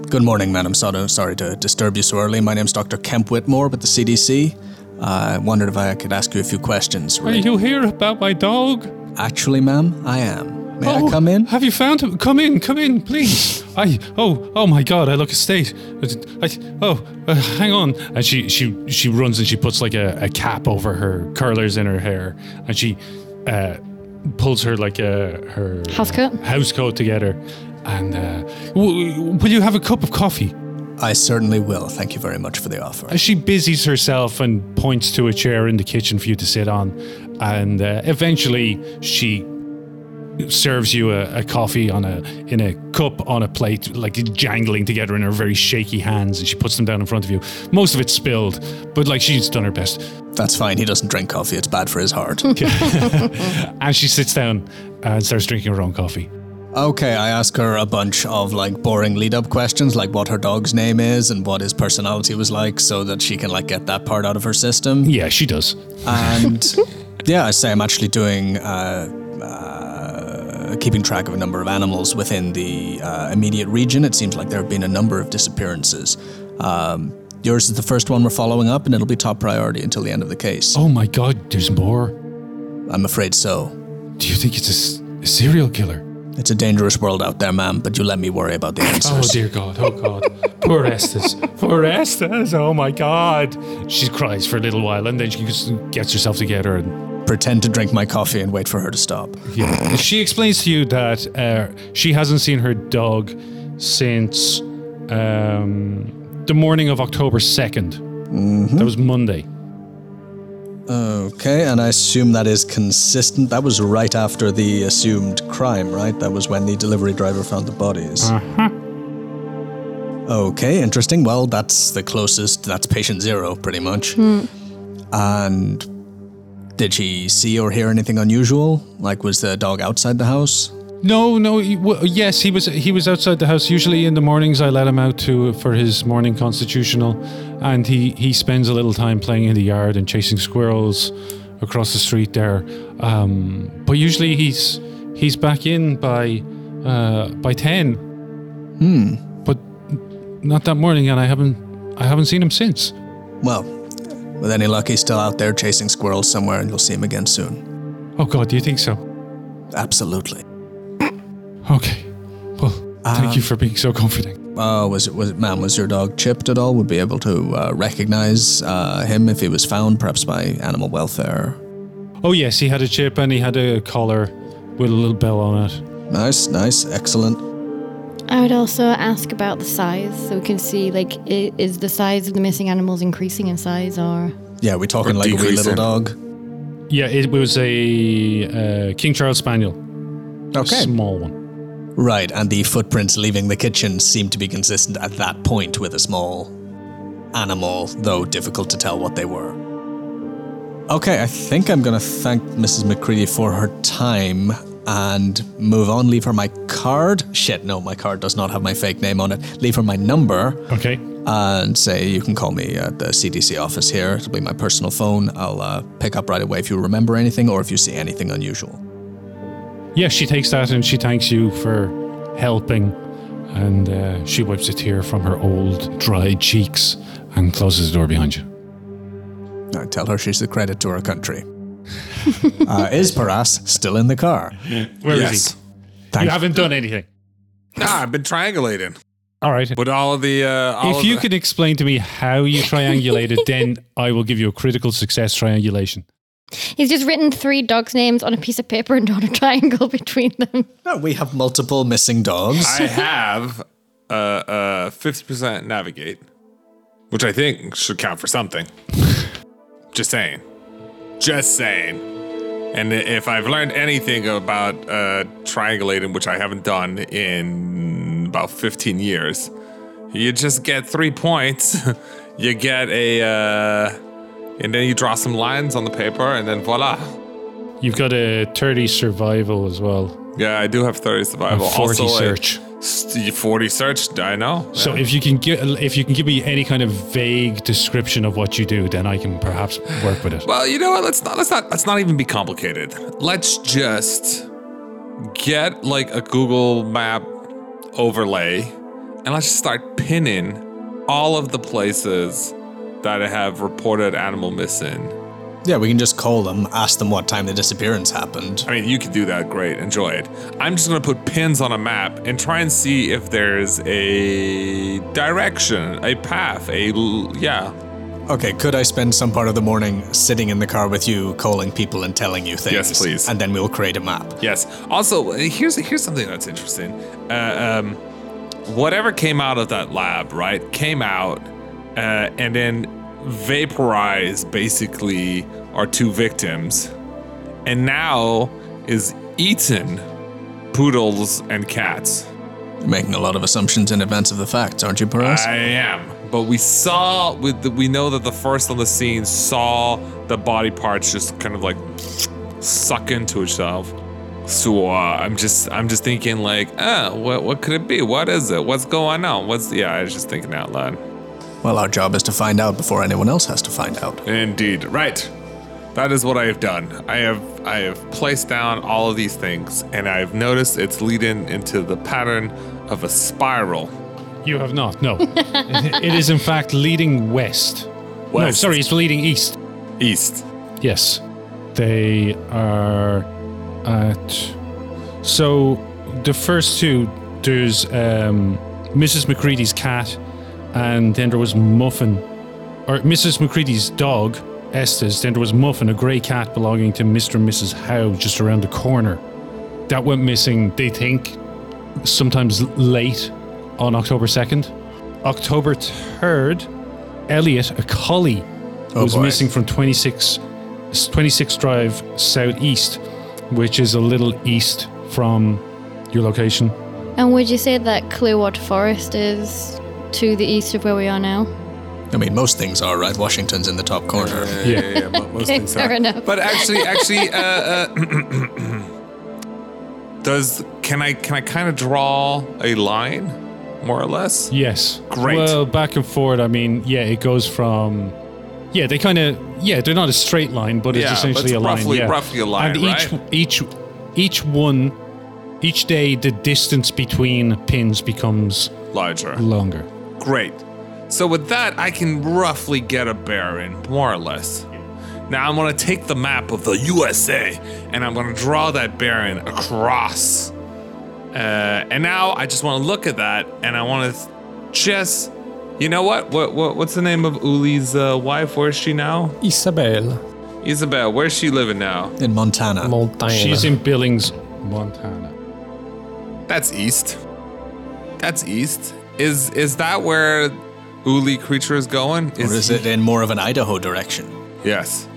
Speaker 2: Good morning, Madam Sato. Sorry to disturb you so early. My name's Dr. Kemp Whitmore with the CDC. I wondered if I could ask you a few questions.
Speaker 4: Are
Speaker 2: related-
Speaker 4: you here about my dog?
Speaker 2: Actually, ma'am, I am. May
Speaker 4: Oh,
Speaker 2: I come in?
Speaker 4: Have you found him? Come in, come in, please. I oh oh my God! I look a state. I, oh, uh, hang on. And she she she runs and she puts like a, a cap over her curlers in her hair, and she uh, pulls her like uh, her
Speaker 3: House coat?
Speaker 4: house coat together. And uh, w- will you have a cup of coffee?
Speaker 2: I certainly will. Thank you very much for the offer.
Speaker 4: And she busies herself and points to a chair in the kitchen for you to sit on. And uh, eventually, she serves you a, a coffee on a in a cup on a plate, like jangling together in her very shaky hands. And she puts them down in front of you. Most of it's spilled, but like she's done her best.
Speaker 2: That's fine. He doesn't drink coffee. It's bad for his heart.
Speaker 4: And she sits down and starts drinking her own coffee.
Speaker 2: Okay, I ask her a bunch of like boring lead up questions, like what her dog's name is and what his personality was like, so that she can like get that part out of her system.
Speaker 4: Yeah, she does.
Speaker 2: And yeah, I say I'm actually doing, uh, uh, keeping track of a number of animals within the uh, immediate region. It seems like there have been a number of disappearances. Um, yours is the first one we're following up, and it'll be top priority until the end of the case.
Speaker 4: Oh my God! There's more.
Speaker 2: I'm afraid so.
Speaker 4: Do you think it's a s- a serial killer?
Speaker 2: It's a dangerous world out there, ma'am, but you let me worry about the answers.
Speaker 4: Oh dear God! Oh God! Poor Estes! Poor Estes! Oh my God! She cries for a little while, and then she just gets herself together. And
Speaker 2: Pretend to drink my coffee and wait for her to stop.
Speaker 4: yeah, she explains to you that uh, she hasn't seen her dog since um, the morning of October 2nd That was Monday.
Speaker 2: Okay, and I assume that is consistent. That was right after the assumed crime, right? That was when the delivery driver found the bodies. Okay, interesting. Well, that's the closest. That's patient zero, pretty much. And did she see or hear anything unusual? Like, was the dog outside the house?
Speaker 4: No, no. he- w- yes, he was. He was outside the house. Usually in the mornings, I let him out to for his morning constitutional, and he he spends a little time playing in the yard and chasing squirrels across the street there. Um, but usually he's he's back in by uh, by ten. Hmm. But not that morning, and I haven't I haven't seen him since.
Speaker 2: Well, with any luck, he's still out there chasing squirrels somewhere, and you'll see him again soon.
Speaker 4: Oh God, do you think so?
Speaker 2: Absolutely.
Speaker 4: Okay. Well, thank you for being so comforting.
Speaker 2: Uh, was it was it, ma'am? Was your dog chipped at all? Would be able to uh, recognize uh, him if he was found, perhaps by animal welfare.
Speaker 4: Oh yes, he had a chip and he had a collar with a little bell on it.
Speaker 2: Nice, nice, excellent.
Speaker 3: I would also ask about the size so we can see, like, i- is the size of the missing animals increasing in size or.
Speaker 2: Yeah, we're talking like a wee little
Speaker 5: decreasing.
Speaker 2: dog.
Speaker 4: Yeah, it was a uh, King Charles Spaniel,
Speaker 2: Okay.
Speaker 4: small one.
Speaker 2: Right, and the footprints leaving the kitchen seem to be consistent at that point with a small animal, though difficult to tell what they were. Okay, I think I'm gonna thank Mrs. McCready for her time and move on. Leave her my card. Shit, no, my card does not have my fake name on it. Leave her my number.
Speaker 4: Okay.
Speaker 2: and say you can call me at the CDC office here. It'll be my personal phone. I'll uh, pick up right away if you remember anything or if you see anything unusual.
Speaker 4: Yeah, she takes that and she thanks you for helping, and uh, she wipes a tear from her old dry cheeks and closes the door behind you.
Speaker 2: I tell her she's the credit to her country. uh, is Paras still in the car?
Speaker 4: Where is
Speaker 5: yes.
Speaker 4: he? You
Speaker 2: Thank-
Speaker 4: haven't done anything.
Speaker 5: Nah, I've been triangulating.
Speaker 4: All right.
Speaker 5: But all of the uh, all
Speaker 4: If
Speaker 5: of
Speaker 4: you
Speaker 5: the-
Speaker 4: can explain to me how you triangulated, then I will give you a critical success triangulation.
Speaker 3: He's just written three dogs' names on a piece of paper and drawn a triangle between them.
Speaker 2: No, we have multiple missing dogs.
Speaker 5: I have uh uh fifty percent navigate, which I think should count for something. Just saying, just saying. And i- if I've learned anything about uh, triangulating, which I haven't done in about fifteen years, you just get three points. you get a, uh, and then you draw some lines on the paper, and then voila.
Speaker 4: You've got a 30 survival as well,
Speaker 5: Yeah, I do have thirty
Speaker 4: a
Speaker 5: survival.
Speaker 4: 40
Speaker 5: Also, I-
Speaker 4: search.
Speaker 5: st- forty search. I know.
Speaker 4: So if you can give if you can give me any kind of vague description of what you do, then I can perhaps work with it.
Speaker 5: Well, you know what? Let's not let's not let's not even be complicated. Let's just get like a Google map overlay and let's just start pinning all of the places that have reported animal missing.
Speaker 2: Yeah, we can just call them, ask them what time the disappearance happened.
Speaker 5: I mean, you could do that. Great. Enjoy it. I'm just going to put pins on a map and try and see if there's a direction, a path, a. l- Yeah.
Speaker 2: Okay, could I spend some part of the morning sitting in the car with you, calling people and telling you things?
Speaker 5: Yes, please.
Speaker 2: And then we'll create a map.
Speaker 5: Yes. Also, uh, here's here's something that's interesting. Uh, um, whatever came out of that lab, right, came out uh, and then vaporized basically our two victims, and now is eaten poodles and cats.
Speaker 2: You're making a lot of assumptions in advance of the facts, aren't you, Perez?
Speaker 5: I am. But we saw with the, we know that the first on the scene saw the body parts just kind of like suck into itself. So uh, I'm just I'm just thinking like, ah, what what could it be? What is it? What's going on? What's yeah? I was just thinking out loud.
Speaker 2: Well, our job is to find out before anyone else has to find out.
Speaker 5: Indeed, right. That is what I have done. I have I have placed down all of these things, and I've noticed it's leading into the pattern of a spiral.
Speaker 4: You have not, no. it is, in fact, leading west. No,
Speaker 5: West.
Speaker 4: sorry, it's leading east.
Speaker 5: East.
Speaker 4: Yes. They are at. So the first two there's um, Mrs. McCready's cat, and then there was Muffin, or Mrs. McCready's dog, Estes. Then there was Muffin, a grey cat belonging to Mr. and Mrs. Howe, just around the corner. That went missing, they think, sometimes l- late on October 2nd. October 3rd, Elliot, a collie,
Speaker 2: Oh,
Speaker 4: was
Speaker 2: boy.
Speaker 4: missing from 26, 26 Drive Southeast, which is a little east from your location.
Speaker 3: And would you say that Clearwater Forest is to the east of where we are now?
Speaker 2: I mean, most things are, right? Washington's in the top corner.
Speaker 5: yeah, yeah, yeah, mo- most
Speaker 3: Okay,
Speaker 5: things
Speaker 3: fair
Speaker 5: are.
Speaker 3: enough.
Speaker 5: But actually, actually, uh, uh, does can I can I kind of draw a line, more or less?
Speaker 4: Yes.
Speaker 5: Great.
Speaker 4: Well, back and forward. I mean, yeah, it goes from. Yeah, they kind of. Yeah, they're not a straight line, but it's
Speaker 5: Yeah, but
Speaker 4: essentially
Speaker 5: it's
Speaker 4: a line.
Speaker 5: roughly-
Speaker 4: yeah.
Speaker 5: roughly a line,
Speaker 4: And each
Speaker 5: right?
Speaker 4: each each one, each day, the distance between pins becomes
Speaker 5: Larger.
Speaker 4: longer.
Speaker 5: Great. So with that, I can roughly get a bearing, more or less. Now I'm gonna take the map of the USA and I'm gonna draw that bearing across. Uh, and now I just want to look at that and I want to just, you know what? What what what's the name of Uli's uh, wife? Where's she now?
Speaker 1: Isabel
Speaker 5: Isabel. Where's she living now?
Speaker 2: In Montana.
Speaker 1: Montana.
Speaker 4: She's in Billings, Montana.
Speaker 5: That's east. That's east. Is is that where Uli creature is going?
Speaker 2: or is
Speaker 5: he-
Speaker 2: it in more of an Idaho direction?
Speaker 5: Yes.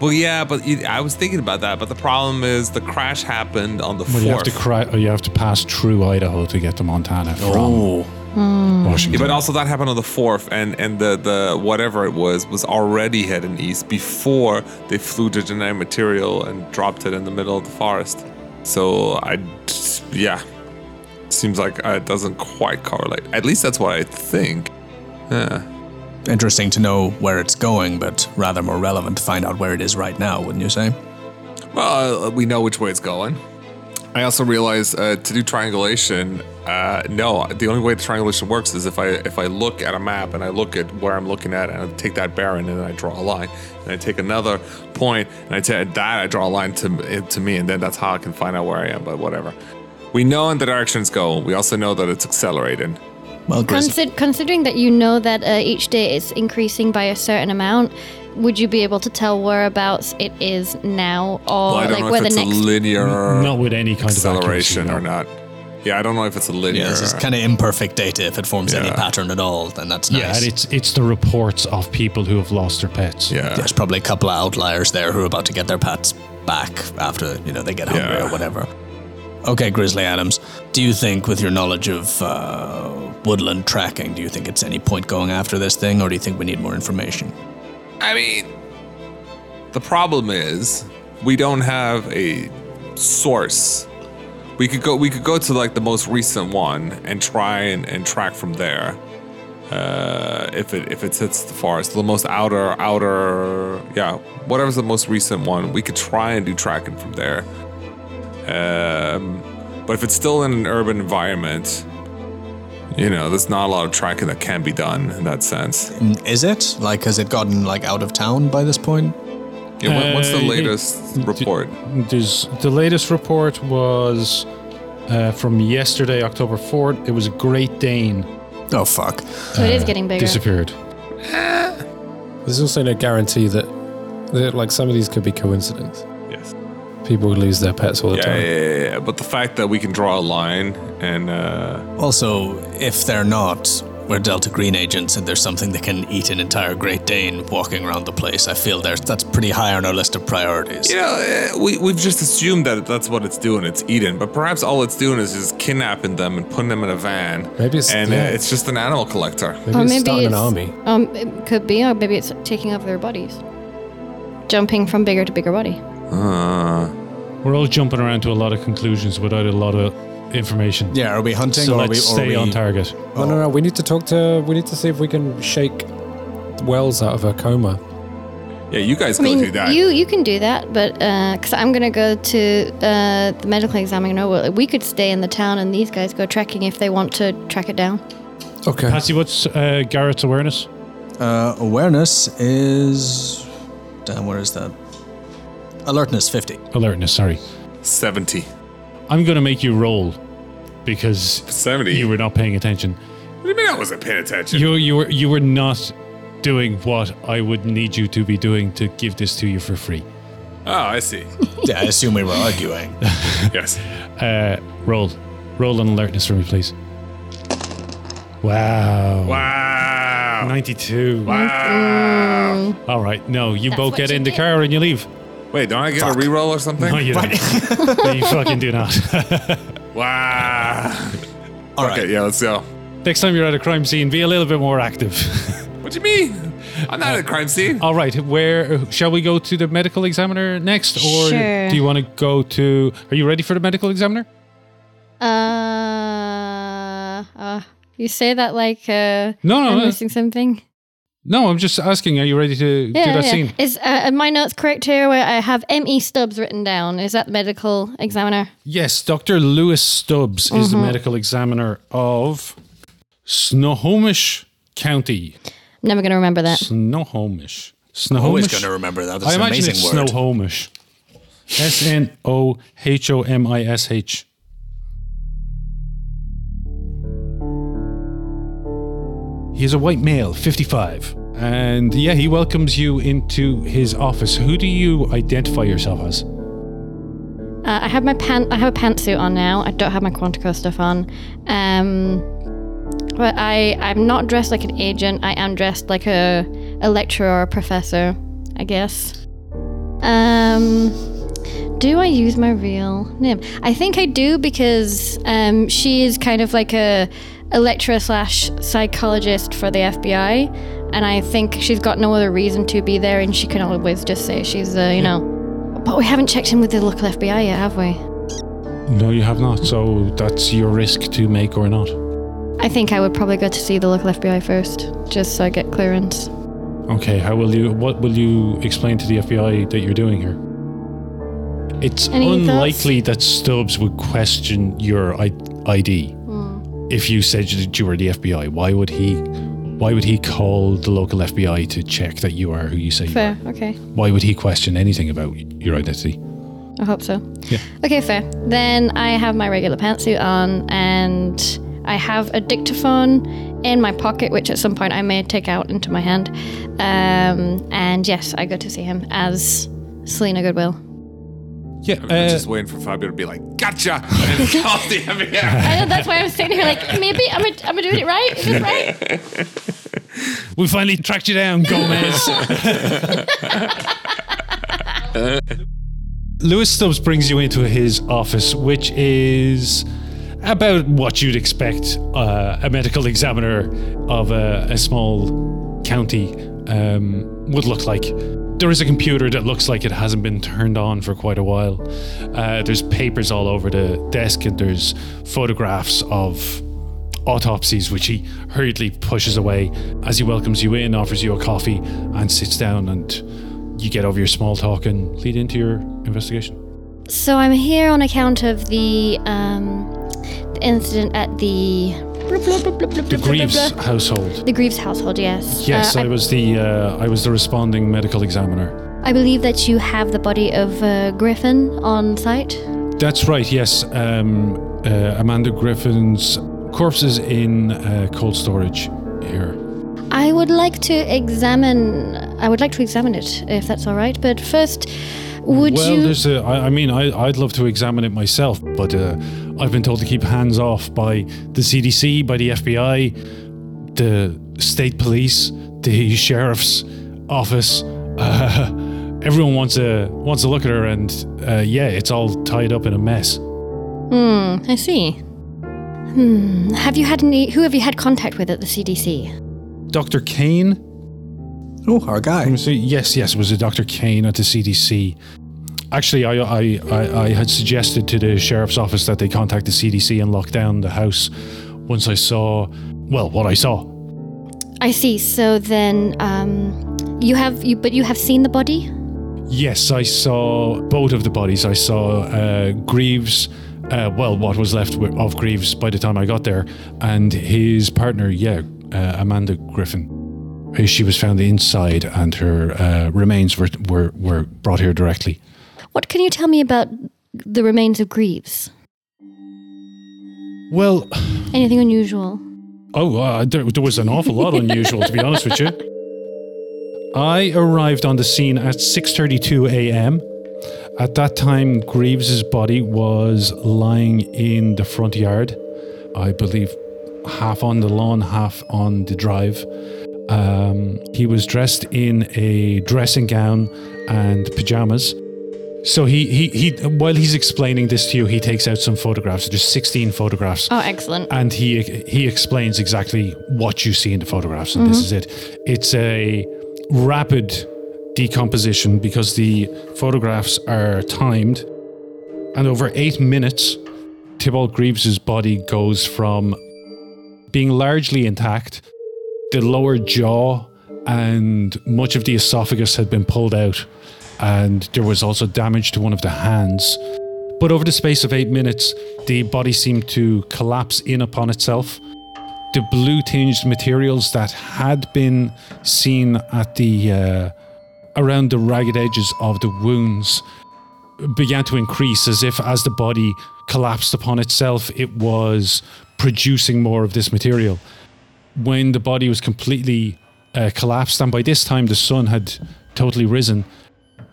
Speaker 5: Well, yeah, but it, I was thinking about that. But the problem is the crash happened on the
Speaker 4: Well, you have
Speaker 5: fourth.
Speaker 4: to cry, or you have to pass through Idaho to get to Montana from
Speaker 5: yeah,
Speaker 4: Washington.
Speaker 5: but also that happened on the fourth, and and the the whatever it was was already heading east before they flew the genetic material and dropped it in the middle of the forest. So I, d- yeah, seems like uh, it doesn't quite correlate. At least that's what I think.
Speaker 2: Interesting to know where it's going, but rather more relevant to find out where it is right now, wouldn't you say?
Speaker 5: Well, uh, we know which way it's going. I also realize uh, to do triangulation, uh, no, the only way the triangulation works is if I if I look at a map and I look at where I'm looking at and I take that bearing and then I draw a line and I take another point and I take that I draw a line to it- to me and then that's how I can find out where I am. But whatever, we know in the direction it's going. We also know that it's accelerating.
Speaker 2: Well, Grizz,
Speaker 3: Consid- considering that you know that uh, each day it's increasing by a certain amount, would you be able to tell whereabouts it is now or
Speaker 5: Well, I don't
Speaker 3: like
Speaker 5: know
Speaker 3: where
Speaker 5: if
Speaker 3: the
Speaker 5: it's a
Speaker 3: next?
Speaker 5: linear
Speaker 4: Not with any kind
Speaker 5: acceleration
Speaker 4: of accuracy, no.
Speaker 5: or not. Yeah, I don't know if it's a linear.
Speaker 2: yeah, this is kind of imperfect data. If it forms any
Speaker 5: Yeah.
Speaker 2: pattern at all, then that's
Speaker 4: Yeah,
Speaker 2: nice.
Speaker 4: and it's it's the reports of people who have lost their pets.
Speaker 5: yeah.
Speaker 2: There's probably a couple of outliers there who are about to get their pets back after you know they get hungry
Speaker 5: Yeah.
Speaker 2: or whatever. Okay, Grizzly Adams, do you think, with your knowledge of uh, woodland tracking, do you think it's any point going after this thing, or do you think we need more information?
Speaker 5: I mean, the problem is we don't have a source. We could go. We could go to like the most recent one and try and, and track from there. Uh, if it if it hits the forest, the most outer outer yeah, whatever's the most recent one, we could try and do tracking from there. Um, but if it's still in an urban environment, You know, there's not a lot of tracking that can be done in that sense.
Speaker 2: Is it? Like, has it gotten like out of town by this point?
Speaker 5: Yeah, what- what's the
Speaker 4: Uh, it-
Speaker 5: latest report?
Speaker 4: There's, the latest report was uh, from yesterday, October 4th. It was a Great Dane
Speaker 2: Oh fuck.
Speaker 3: So it is getting bigger.
Speaker 4: disappeared.
Speaker 1: There's also no guarantee that, that like some of these could be coincidence.
Speaker 5: Yes.
Speaker 1: People lose their pets all the
Speaker 5: Yeah,
Speaker 1: time.
Speaker 5: yeah, yeah, yeah. But the fact that we can draw a line and uh,
Speaker 2: Also, if they're not, we're Delta Green agents, and there's something that can eat an entire Great Dane walking around the place. I feel there's that's pretty high on our list of priorities.
Speaker 5: you know, uh, we we've just assumed that that's what it's doing. It's eating, but perhaps all it's doing is just kidnapping them and putting them in a van.
Speaker 1: Maybe it's-
Speaker 5: and
Speaker 1: yeah.
Speaker 5: uh, it's just an animal collector.
Speaker 1: Maybe it's starting an army.
Speaker 3: Um, it could be, or maybe it's taking over their bodies, jumping from bigger to bigger body.
Speaker 5: Uh,
Speaker 4: We're all jumping around to a lot of conclusions without a lot of information.
Speaker 2: Yeah, are we hunting
Speaker 4: So
Speaker 2: or are
Speaker 4: let's
Speaker 2: we, or
Speaker 4: stay
Speaker 2: we
Speaker 4: on target.
Speaker 1: No, no, no. We need to talk to. We need to see if we can shake Wells out of her coma.
Speaker 5: yeah, you guys
Speaker 3: I
Speaker 5: go
Speaker 3: mean,
Speaker 5: do that.
Speaker 3: you you can do that, but because I'm gonna go to uh, the medical examiner, well, we could stay in the town, and these guys go tracking if they want to track it down.
Speaker 1: Okay.
Speaker 4: Patsy, what's uh, Garrett's awareness?
Speaker 2: Uh, awareness is. Damn, where is that? Alertness 50.
Speaker 4: Alertness, sorry.
Speaker 5: Seventy.
Speaker 4: I'm going to make you roll because
Speaker 5: Seventy.
Speaker 4: you were not paying attention.
Speaker 5: what do you mean I wasn't paying attention?
Speaker 4: You, you, were, you were not doing what I would need you to be doing to give this to you for free.
Speaker 5: oh, I see.
Speaker 2: Yeah, I assume we were arguing.
Speaker 5: yes.
Speaker 4: Uh, roll. Roll an alertness for me, please. Wow.
Speaker 5: Wow.
Speaker 4: 92. All right. No, you both
Speaker 3: what
Speaker 4: get
Speaker 3: you
Speaker 4: in the
Speaker 3: do.
Speaker 4: car and you leave.
Speaker 5: Wait, don't I get a reroll or something?
Speaker 4: No, Oh, you don't. No, you fucking do not.
Speaker 5: Wow.
Speaker 2: All right.
Speaker 5: Okay, yeah, let's go.
Speaker 4: Next time you're at a crime scene, be a little bit more active.
Speaker 5: What do you mean? I'm not at a crime scene.
Speaker 4: All right, where shall we go to the medical examiner next, or
Speaker 3: Sure.
Speaker 4: do you want to go to? Are you ready for the medical examiner?
Speaker 3: Uh, uh you say that like uh,
Speaker 4: No, no,
Speaker 3: I'm
Speaker 4: no.
Speaker 3: missing something.
Speaker 4: No, I'm just asking. Are you ready to do that scene?
Speaker 3: Is uh, are my notes correct here? Where I have M. E. Stubbs written down. Is that medical examiner?
Speaker 4: Yes, Doctor Lewis Stubbs is the medical examiner of Snohomish County.
Speaker 3: Never gonna remember that.
Speaker 4: Snohomish. Snohomish.
Speaker 2: Always going to remember that. That's
Speaker 4: I
Speaker 2: an
Speaker 4: imagine
Speaker 2: amazing
Speaker 4: it's
Speaker 2: word.
Speaker 4: Snohomish. S N O H O M I S H. He is a white male, 55. And yeah, he welcomes you into his office. Who do you identify yourself as?
Speaker 3: Uh, I have my pant. I have a pantsuit on now. I don't have my Quantico stuff on. Um, but I I'm not dressed like an agent. I am dressed like a a lecturer or a professor, I guess. Um, do I use my real name? I think I do because um she is kind of like a a lecturer slash psychologist for the FBI, and I think she's got no other reason to be there, and she can always just say she's uh, you know. But we haven't checked in with the local FBI yet, have we?
Speaker 4: No, you have not. So that's your risk to make or not.
Speaker 3: I think I would probably go to see the local FBI first, just so I get clearance.
Speaker 4: Okay, how will you what will you explain to the FBI that you're doing here? It's
Speaker 3: Any thoughts?
Speaker 4: unlikely that Stubbs would question your I- ID.
Speaker 3: Hmm.
Speaker 4: If you said that you were the FBI, why would he why would he call the local FBI to check that you are who you say
Speaker 3: Fair, okay.
Speaker 4: you are? Why would he question anything about your identity?
Speaker 3: I hope so.
Speaker 4: Yeah.
Speaker 3: Okay, fair. Then I have my regular pantsuit on, and I have a dictaphone in my pocket, which at some point I may take out into my hand. Um, and yes, I go to see him as Selena Goodwill.
Speaker 4: Yeah,
Speaker 5: I'm just waiting for Fabio to be like, gotcha! And call the E FBI.
Speaker 3: I know that's why I'm sitting here like, maybe I'm a, I'm a doing it right. Is this right?
Speaker 4: we finally tracked you down, Gomez. Lewis Stubbs brings you into his office, which is about what you'd expect uh, a medical examiner of a, a small county um, would look like. There is a computer that looks like it hasn't been turned on for quite a while. Uh, there's papers all over the desk, and there's photographs of autopsies, which he hurriedly pushes away as he welcomes you in, offers you a coffee, and sits down. And you get over your small talk and lead into your investigation.
Speaker 3: So I'm here on account of the um, the incident at the Blah, blah, blah, blah, blah,
Speaker 4: The
Speaker 3: blah, blah,
Speaker 4: Greaves
Speaker 3: blah.
Speaker 4: household.
Speaker 3: The Greaves household, yes.
Speaker 4: Yes,
Speaker 3: Uh,
Speaker 4: I was the uh, I was the responding medical examiner.
Speaker 3: I believe that you have the body of uh, Griffin on site.
Speaker 4: That's right. Yes, um, uh, Amanda Griffin's corpse is in uh, cold storage here.
Speaker 3: I would like to examine. I would like to examine it, if that's all right. But first, would
Speaker 4: well,
Speaker 3: you?
Speaker 4: there's a. I, I mean, I, I'd love to examine it myself, but uh, I've been told to keep hands off by the CDC, by the FBI, the state police, the sheriff's office. Uh, everyone wants a wants a look at her, and uh, yeah, it's all tied up in a mess.
Speaker 3: Hmm, I see. Hmm. Have you had any? Who have you had contact with at the CDC?
Speaker 4: Dr. Kane,
Speaker 2: Oh, our
Speaker 4: Let
Speaker 2: guy.
Speaker 4: me see. Yes, yes, it was a Dr. Kane at the CDC. Actually, I, I, I, I had suggested to the sheriff's office that they contact the CDC and lock down the house once I saw, well, what I saw.
Speaker 3: I see. So then, um, you have you, but you have seen the body.
Speaker 4: Yes, I saw both of the bodies. I saw uh, Greaves, uh, well, what was left wi- of Greaves by the time I got there, and his partner, yeah, uh, Amanda Griffin. Uh, She was found inside, and her uh, remains were, were, were brought here directly.
Speaker 3: What can you tell me about the remains of Greaves?
Speaker 4: Well,
Speaker 3: Anything unusual?
Speaker 4: Oh, uh, there, there was an awful lot unusual, to be honest with you. I arrived on the scene at 6:32 a.m. At that time, Greaves's body was lying in the front yard. I believe half on the lawn, half on the drive. Um, he was dressed in a dressing gown and pajamas. So he, he, he while he's explaining this to you, he takes out some photographs. There's 16 photographs
Speaker 3: Oh, excellent.
Speaker 4: and he he explains exactly what you see in the photographs and this is it it's a rapid decomposition because the photographs are timed and over 8 minutes Tybalt Greaves's body goes from being largely intact the lower jaw and much of the esophagus had been pulled out and there was also damage to one of the hands but over the space of eight minutes, the body seemed to collapse in upon itself. The blue tinged materials that had been seen at the uh, around the ragged edges of the wounds began to increase as if as the body collapsed upon itself, it was producing more of this material. When the body was completely uh, collapsed, and by this time the sun had totally risen,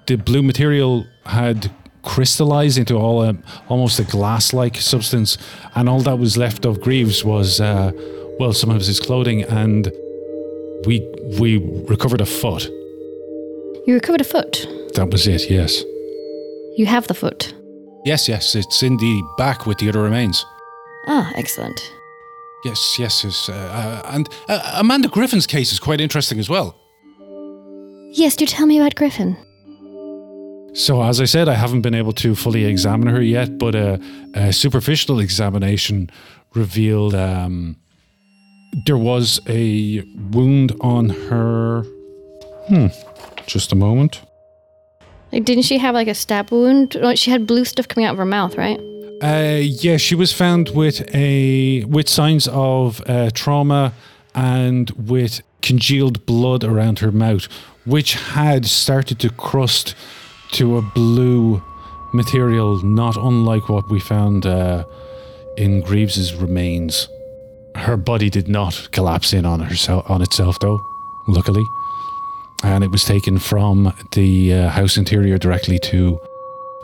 Speaker 4: the blue material had crystallized into all a, almost a glass-like substance, and all that was left of Greaves was, uh, well, some of his clothing, and we we recovered a foot.
Speaker 3: You recovered a foot.
Speaker 4: That was it. Yes.
Speaker 3: You have the foot.
Speaker 4: Yes. Yes. It's in the back with the other remains.
Speaker 3: Ah, excellent.
Speaker 4: Yes. Yes. yes uh, uh, and uh, Amanda Griffin's case is quite interesting as well.
Speaker 3: Yes, do tell me about Griffin.
Speaker 4: So, as I said, I haven't been able to fully examine her yet, but a, a superficial examination revealed um, there was a wound on her. Hmm. Just a moment.
Speaker 3: Like, didn't she have like a stab wound? Like, She had blue stuff coming out of her mouth, right?
Speaker 4: Uh, yeah, she was found with a with signs of uh, trauma and with congealed blood around her mouth, which had started to crust to a blue material, not unlike what we found uh, in Greaves's remains. Her body did not collapse in on herself on itself, though, luckily, and it was taken from the uh, house interior directly to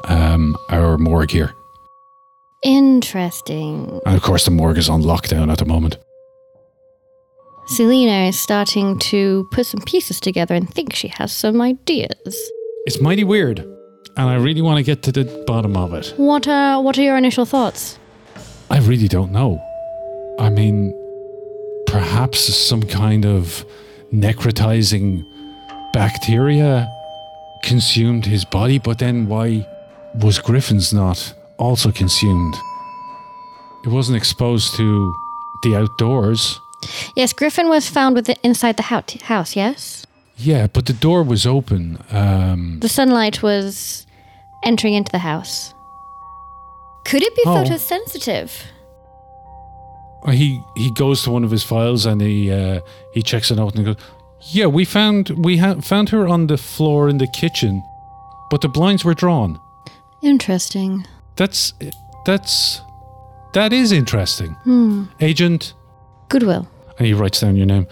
Speaker 4: um, our morgue here.
Speaker 3: Interesting.
Speaker 4: And of course, the morgue is on lockdown at the moment.
Speaker 3: Selena is starting to put some pieces together and think she has some ideas.
Speaker 4: It's mighty weird, and I really want to get to the bottom of it.
Speaker 3: What are what are your initial thoughts?
Speaker 4: I really don't know. I mean, perhaps some kind of necrotizing bacteria consumed his body, but then why was Griffin's not also consumed? It wasn't exposed to the outdoors.
Speaker 3: Yes, Griffin was found with it inside the hou- house. Yes,
Speaker 4: Yeah, but the door was open. Um,
Speaker 3: the sunlight was entering into the house. Could it be
Speaker 4: Oh.
Speaker 3: photosensitive?
Speaker 4: Uh, He he goes to one of his files and he uh, he checks it out and he goes, "Yeah, we found we ha- found her on the floor in the kitchen, but the blinds were drawn.
Speaker 3: Interesting.
Speaker 4: That's that's that is interesting, agent."
Speaker 3: Hmm. Goodwill.
Speaker 4: And he writes down your name.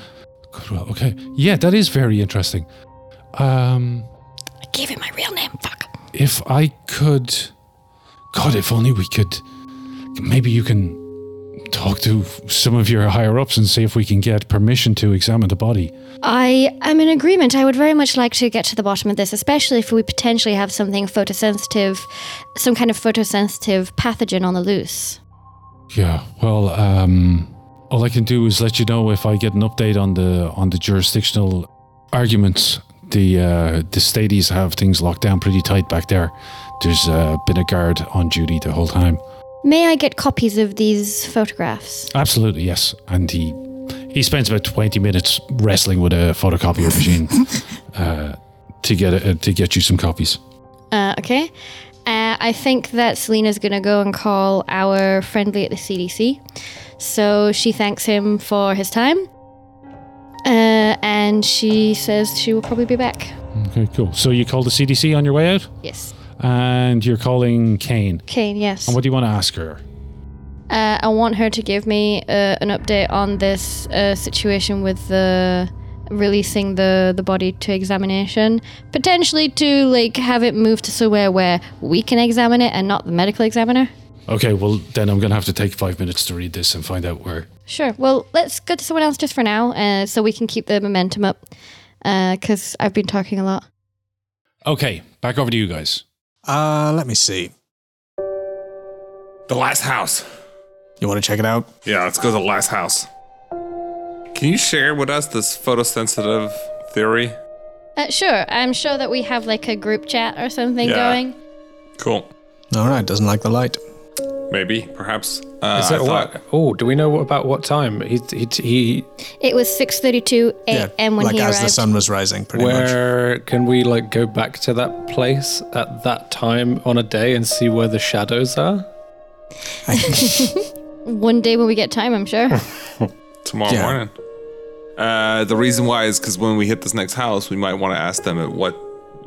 Speaker 4: Goodwill. Okay. Yeah, that is very interesting. Um,
Speaker 3: I gave him my real name. Fuck.
Speaker 4: if I could, God, if only we could. Maybe you can talk to some of your higher ups and see if we can get permission to examine the body.
Speaker 3: I am in agreement. I would very much like to get to the bottom of this, especially if we potentially have something photosensitive, some kind of photosensitive pathogen on the loose.
Speaker 4: Yeah. Well, um, all I can do is let you know if I get an update on the on the jurisdictional arguments. The uh, the stadies have things locked down pretty tight back there. There's uh, been a guard on duty the whole time.
Speaker 3: May I get copies of these photographs?
Speaker 4: Absolutely, yes. And he he spends about twenty minutes wrestling with a photocopier machine uh, to get uh, to get you some copies.
Speaker 3: Uh, okay. Uh, I think that Selena's going to go and call our friendly at the CDC. So she thanks him for his time. Uh, and she says she will probably be back.
Speaker 4: Okay, cool. So you call the CDC on your way out,
Speaker 3: Yes.
Speaker 4: and you're calling Kane.
Speaker 3: Kane, yes.
Speaker 4: And what do you want to ask her?
Speaker 3: Uh, I want her to give me uh, an update on this uh, situation with the releasing the, the body to examination, potentially to like have it moved to somewhere where we can examine it and not the medical examiner.
Speaker 4: Okay, well then I'm gonna have to take five minutes to read this and find out where.
Speaker 3: Sure. Well, let's go to someone else just for now, uh, so we can keep the momentum up. Because I've been talking a lot.
Speaker 4: Okay, back over to you guys.
Speaker 2: Uh, let me see.
Speaker 5: The last house.
Speaker 2: You want to check it out?
Speaker 5: Yeah, let's go to the last house. Can you share with us this photosensitive theory?
Speaker 3: Uh, sure. I'm sure that we have like a group chat or something
Speaker 5: Yeah.
Speaker 3: going.
Speaker 5: Cool.
Speaker 2: All right, doesn't like the light.
Speaker 5: Maybe, perhaps. Uh,
Speaker 1: Is
Speaker 5: I
Speaker 1: that
Speaker 5: thought-
Speaker 1: what? Oh, do we know what- about what time? He, he, he
Speaker 3: It was 6:32 a.m. when
Speaker 2: like
Speaker 3: he
Speaker 2: as
Speaker 3: arrived.
Speaker 2: the sun was rising, pretty much.
Speaker 1: Where can we like go back to that place at that time on a day and see where the shadows are?
Speaker 3: One day when we get time, I'm sure.
Speaker 5: tomorrow
Speaker 2: Yeah.
Speaker 5: morning. Uh, the reason why is because when we hit this next house, we might want to ask them at what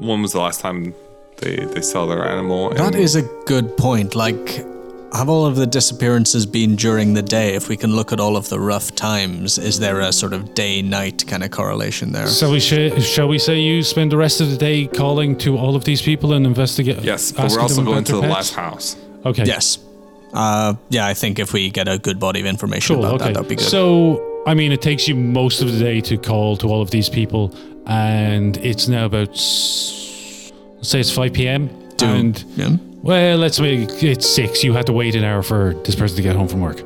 Speaker 5: when was the last time they they saw their animal.
Speaker 2: That
Speaker 5: and-
Speaker 2: is a good point. Like, have all of the disappearances been during the day? If we can look at all of the rough times, is there a sort of day-night kind of correlation there?
Speaker 4: So we sh- shall we say you spend the rest of the day calling to all of these people and investigate.
Speaker 5: yes, but
Speaker 4: asking
Speaker 5: we're also
Speaker 4: them about
Speaker 5: going to the
Speaker 4: their
Speaker 5: last
Speaker 4: pets?
Speaker 5: house.
Speaker 4: Okay.
Speaker 2: Yes. Uh, yeah, I think if we get a good body of information
Speaker 4: Cool.
Speaker 2: about that,
Speaker 4: Okay.
Speaker 2: that'd be good.
Speaker 4: So, I mean, it takes you most of the day to call to all of these people, and it's now about s- let's say it's five p.m.
Speaker 2: Doom.
Speaker 4: And
Speaker 2: Yeah.
Speaker 4: well, let's make it six. You had to wait an hour for this person to get home from work.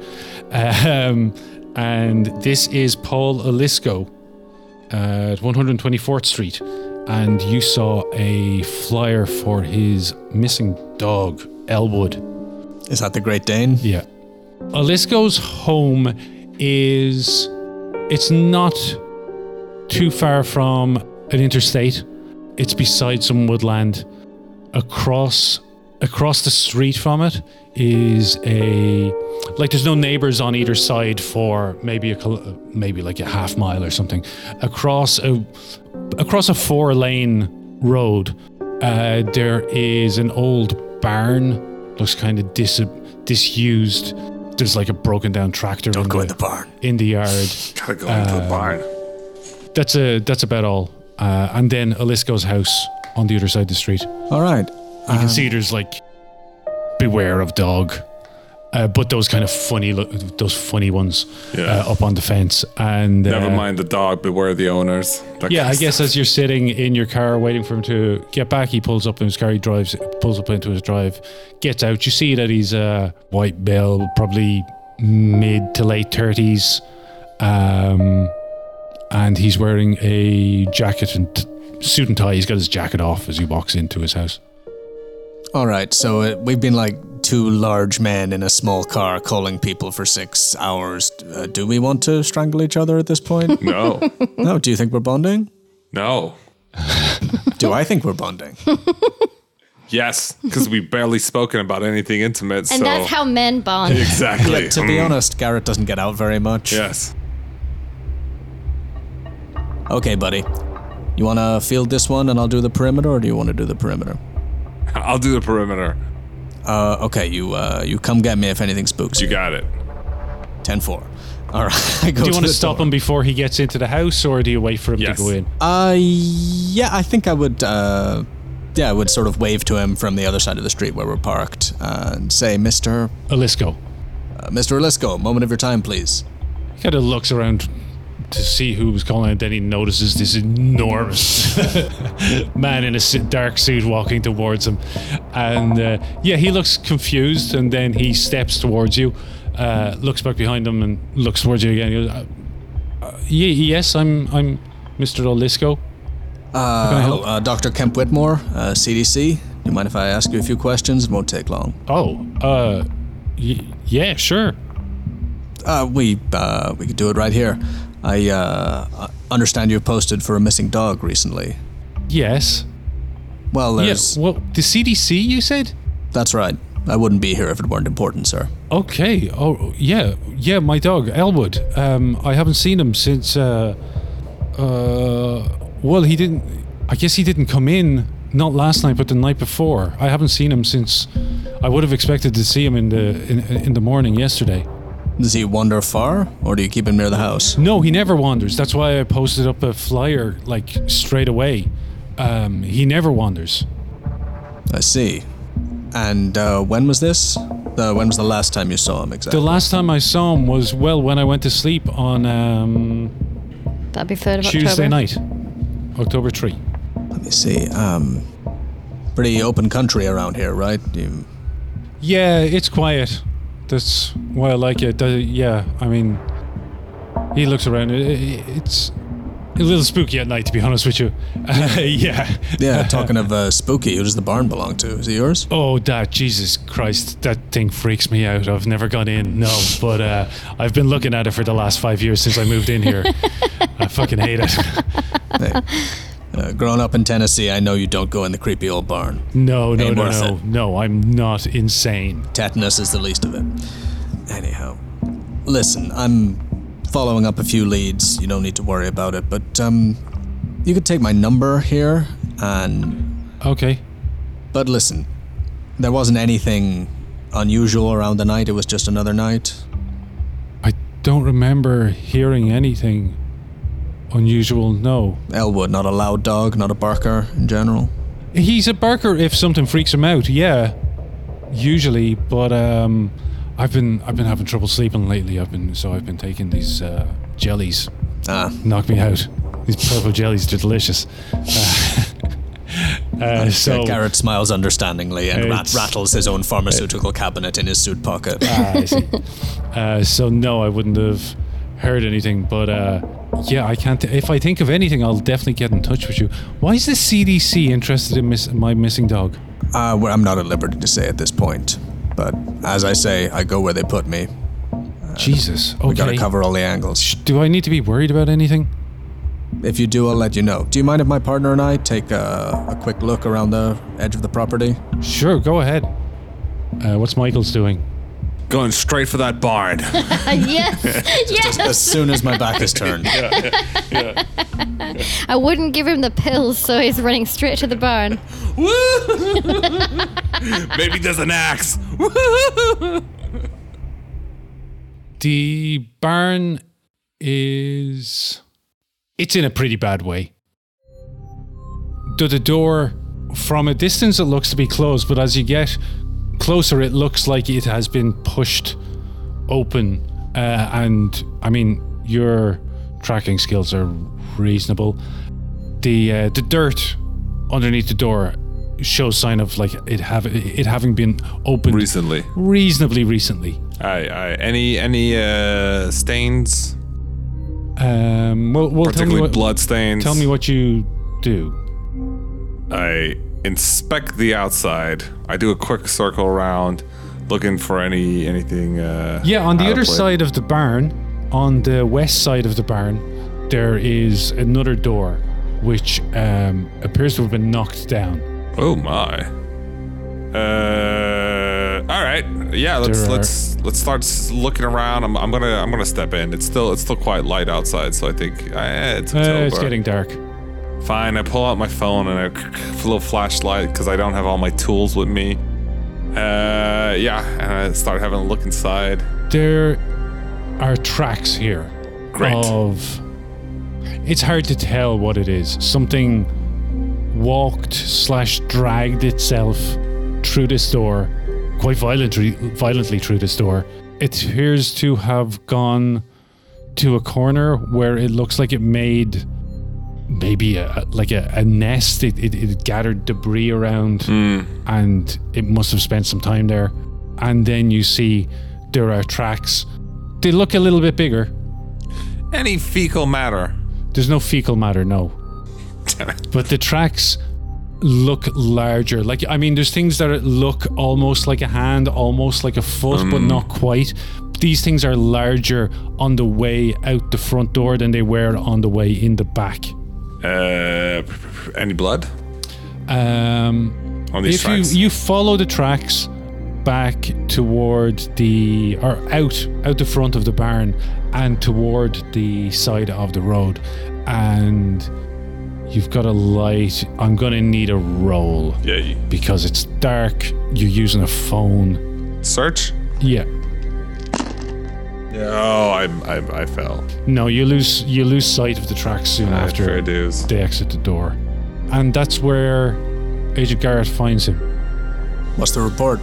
Speaker 4: Um, and this is Paul uh, Alisco at 124th Street, and you saw a flyer for his missing dog, Elwood.
Speaker 2: Is that the Great Dane?
Speaker 4: Yeah. Alisco's home is it's not too far from an interstate. It's beside some woodland. Across across the street from it is a like there's no neighbors on either side for maybe a kil- maybe like a half mile or something. Across a across a four lane road uh, there is an old barn. Looks kind of dis- disused. There's like a broken down tractor in
Speaker 2: Go in the
Speaker 4: the,
Speaker 2: barn.
Speaker 4: in the yard.
Speaker 5: Gotta go into
Speaker 4: Uh,
Speaker 5: the barn.
Speaker 4: That's a that's about all. Uh, and then Alisco's house on the other side of the street. You
Speaker 2: All right.
Speaker 4: can see
Speaker 2: Um,
Speaker 4: there's like beware of dog, uh, but those kind of funny lo- those funny ones
Speaker 5: Yeah.
Speaker 4: uh, up on the fence. And uh,
Speaker 5: Never mind the dog. Beware the owners. That
Speaker 4: Yeah, I
Speaker 5: kind of
Speaker 4: guess
Speaker 5: stuff.
Speaker 4: as you're sitting in your car waiting for him to get back, he pulls up in his car. He drives, pulls up into his drive, gets out. You see that he's a white male, probably mid to late thirties, um, and he's wearing a jacket and t- suit and tie. He's got his jacket off as he walks into his house.
Speaker 2: All right. So uh, we've been like two large men in a small car calling people for six hours. Uh, do we want to strangle each other at this point?
Speaker 5: no,
Speaker 2: no. Do you think we're bonding?
Speaker 5: no.
Speaker 2: Do I think we're bonding?
Speaker 5: Yes, because we barely spoken about anything intimate.
Speaker 3: And
Speaker 5: so
Speaker 3: that's how men bond.
Speaker 5: exactly.
Speaker 2: But to be
Speaker 5: Mm,
Speaker 4: Mm-hmm.
Speaker 2: honest, Garrett doesn't get out very much.
Speaker 5: yes.
Speaker 2: Okay, buddy. You want to field this one and I'll do the perimeter, or do you want to do the perimeter?
Speaker 5: I'll do the perimeter.
Speaker 2: Uh, okay, you uh, you come get me if anything spooks
Speaker 5: You
Speaker 2: you.
Speaker 5: got it.
Speaker 2: 10 4. All right. I go
Speaker 4: Do you want
Speaker 2: the
Speaker 4: to stop
Speaker 2: door.
Speaker 4: him before he gets into the house, or do you wait for him
Speaker 5: Yes.
Speaker 4: to go in?
Speaker 2: Uh, yeah, I think I would. Uh, yeah, I would sort of wave to him from the other side of the street where we're parked uh, and say, Mr.
Speaker 4: Alisco.
Speaker 2: Uh, Mr. Olisco, moment of your time, please.
Speaker 4: He kind of looks around to see who was calling, and then he notices this enormous man in a su- dark suit walking towards him. And uh, yeah, he looks confused, and then he steps towards you, uh, looks back behind him, and looks towards you again. He goes, uh, uh, ye- yes, I'm, I'm Mr. Olisco.
Speaker 2: Uh,
Speaker 4: I
Speaker 2: hello,
Speaker 4: help?
Speaker 2: uh, Dr. Kemp Whitmore, uh, CDC. Do you mind if I ask you a few questions? It won't take long.
Speaker 4: Oh, uh, y- yeah, sure.
Speaker 2: Uh, we uh, we could do it right here. I uh, uh, understand you posted for a missing dog recently.
Speaker 4: Yes.
Speaker 2: Well,
Speaker 4: Yes.
Speaker 2: there's
Speaker 4: well, the CDC, you said?
Speaker 2: that's right. I wouldn't be here if it weren't important, sir.
Speaker 4: Okay. Oh, yeah, yeah. My dog Elwood. Um, I haven't seen him since. Uh, uh, well, he didn't. I guess he didn't come in. Not last night, but the night before. I haven't seen him since. I would have expected to see him in the in, in the morning yesterday.
Speaker 2: Does he wander far, or do you keep him near the house?
Speaker 4: No, he never wanders. That's why I posted up a flyer like straight away. Um, he never wanders.
Speaker 2: I see. And uh, when was this? Uh, when was the last time you saw him exactly?
Speaker 4: The last time I saw him was well when I went to sleep on um,
Speaker 3: That'd be 3rd of
Speaker 4: Tuesday
Speaker 3: October.
Speaker 4: night, October three.
Speaker 2: Let me see. Um, pretty open country around here, right? You,
Speaker 4: Yeah, it's quiet. That's why I like it. Does- yeah, I mean, he looks around. I- I- It's a little spooky at night, to be honest with you. yeah.
Speaker 2: yeah. talking of uh, spooky, who does the barn belong to? Is it yours?
Speaker 4: Oh, that Jesus Christ! That thing freaks me out. I've never gone in. No, but uh, I've been looking at it for the last five years since I moved in here. I fucking hate it.
Speaker 2: Hey. Uh, grown up in Tennessee, I know you don't go in the creepy old barn.
Speaker 4: No, no,
Speaker 2: Ain't
Speaker 4: no,
Speaker 2: worth
Speaker 4: no,
Speaker 2: it.
Speaker 4: no. I'm not insane.
Speaker 2: Tetanus is the least of it. Anyhow, listen, I'm following up a few leads. You don't need to worry about it, but um, you could take my number here. And
Speaker 4: Okay.
Speaker 2: but listen, there wasn't anything unusual around the night. It was just another night.
Speaker 4: I don't remember hearing anything unusual. No.
Speaker 2: Elwood, not a loud dog, not a barker in general.
Speaker 4: He's a barker if something freaks him out, yeah. Usually, but um I've been I've been having trouble sleeping lately. I've been so I've been taking these uh, jellies.
Speaker 2: Ah,
Speaker 4: Knock me out. These purple jellies, they're delicious. Uh, uh, so
Speaker 2: Garrett smiles understandingly and rat-
Speaker 4: It's-
Speaker 2: rattles his own pharmaceutical cabinet in his suit pocket.
Speaker 4: Ah, I see. Uh, so no, I wouldn't have heard anything, but uh yeah, I can't. If I think of anything, I'll definitely get in touch with you. Why is the CDC interested in miss- my missing dog?
Speaker 2: Uh, well, I'm not at liberty to say at this point, but as I say, I go where they put me.
Speaker 4: Jesus. Okay.
Speaker 2: We gotta cover all the angles.
Speaker 4: Do I need to be worried about anything?
Speaker 2: If you do, I'll let you know. Do you mind if my partner and I take a, a quick look around the edge of the property?
Speaker 4: Sure, go ahead. Uh, what's Michael's doing?
Speaker 5: Going straight for that barn.
Speaker 3: yes,
Speaker 2: As
Speaker 3: yes.
Speaker 2: soon as my back is turned.
Speaker 3: I wouldn't give him the pills, so he's running straight to the barn.
Speaker 5: Maybe there's an axe.
Speaker 4: The barn is. It's in a pretty bad way. The, the door, from a distance, it looks to be closed, but as you get closer, it looks like it has been pushed open. Uh, and I mean, your tracking skills are reasonable. The uh, the dirt underneath the door shows sign of like it have it having been opened
Speaker 5: Recently,
Speaker 4: reasonably recently.
Speaker 5: I, I, any any uh, stains,
Speaker 4: Um, well, well tell me
Speaker 5: particularly
Speaker 4: what,
Speaker 5: blood stains.
Speaker 4: Tell me what you do.
Speaker 5: I inspect the outside. I do a quick circle around, looking for any anything. Uh,
Speaker 4: Yeah, on the
Speaker 5: out of
Speaker 4: other
Speaker 5: place.
Speaker 4: side of the barn, on the west side of the barn, there is another door, which um, appears to have been knocked down.
Speaker 5: Oh my! Uh, all right. Yeah, let's
Speaker 4: There are-
Speaker 5: let's let's start s- looking around. I'm, I'm gonna I'm gonna step in. It's still it's still quite light outside, so I think eh, it's
Speaker 4: Uh,
Speaker 5: October.
Speaker 4: it's getting dark.
Speaker 5: Fine, I pull out my phone and a little flashlight because I don't have all my tools with me. Uh, yeah, and I start having a look inside.
Speaker 4: There are tracks here.
Speaker 5: Great.
Speaker 4: Of it's hard to tell what it is. Something walked slash dragged itself through this door, quite violently, violently through this door. It appears to have gone to a corner where it looks like it made maybe a, a- like a, a nest. It, it, it gathered debris around, and it must have spent some time there. And then you see there are tracks. They look a little bit bigger.
Speaker 5: Any fecal matter?
Speaker 4: There's no fecal matter, no.
Speaker 5: Damn it.
Speaker 4: But the tracks look larger. Like I mean, there's things that look almost like a hand, almost like a foot, but not quite. These things are larger on the way out the front door than they were on the way in the back.
Speaker 5: Uh, p- p- p- any blood
Speaker 4: Um,
Speaker 5: on these
Speaker 4: if
Speaker 5: tracks?
Speaker 4: you you follow the tracks back toward the or out out the front of the barn and toward the side of the road and you've got a light i'm gonna need a roll
Speaker 5: yeah, you
Speaker 4: because it's dark you're using a phone
Speaker 5: search.
Speaker 4: yeah
Speaker 5: Yeah. Oh, I I, I fell.
Speaker 4: no you lose you lose sight of the tracks soon after
Speaker 5: Fair dues.
Speaker 4: they exit the door and that's where agent garrett finds him
Speaker 2: What's the report?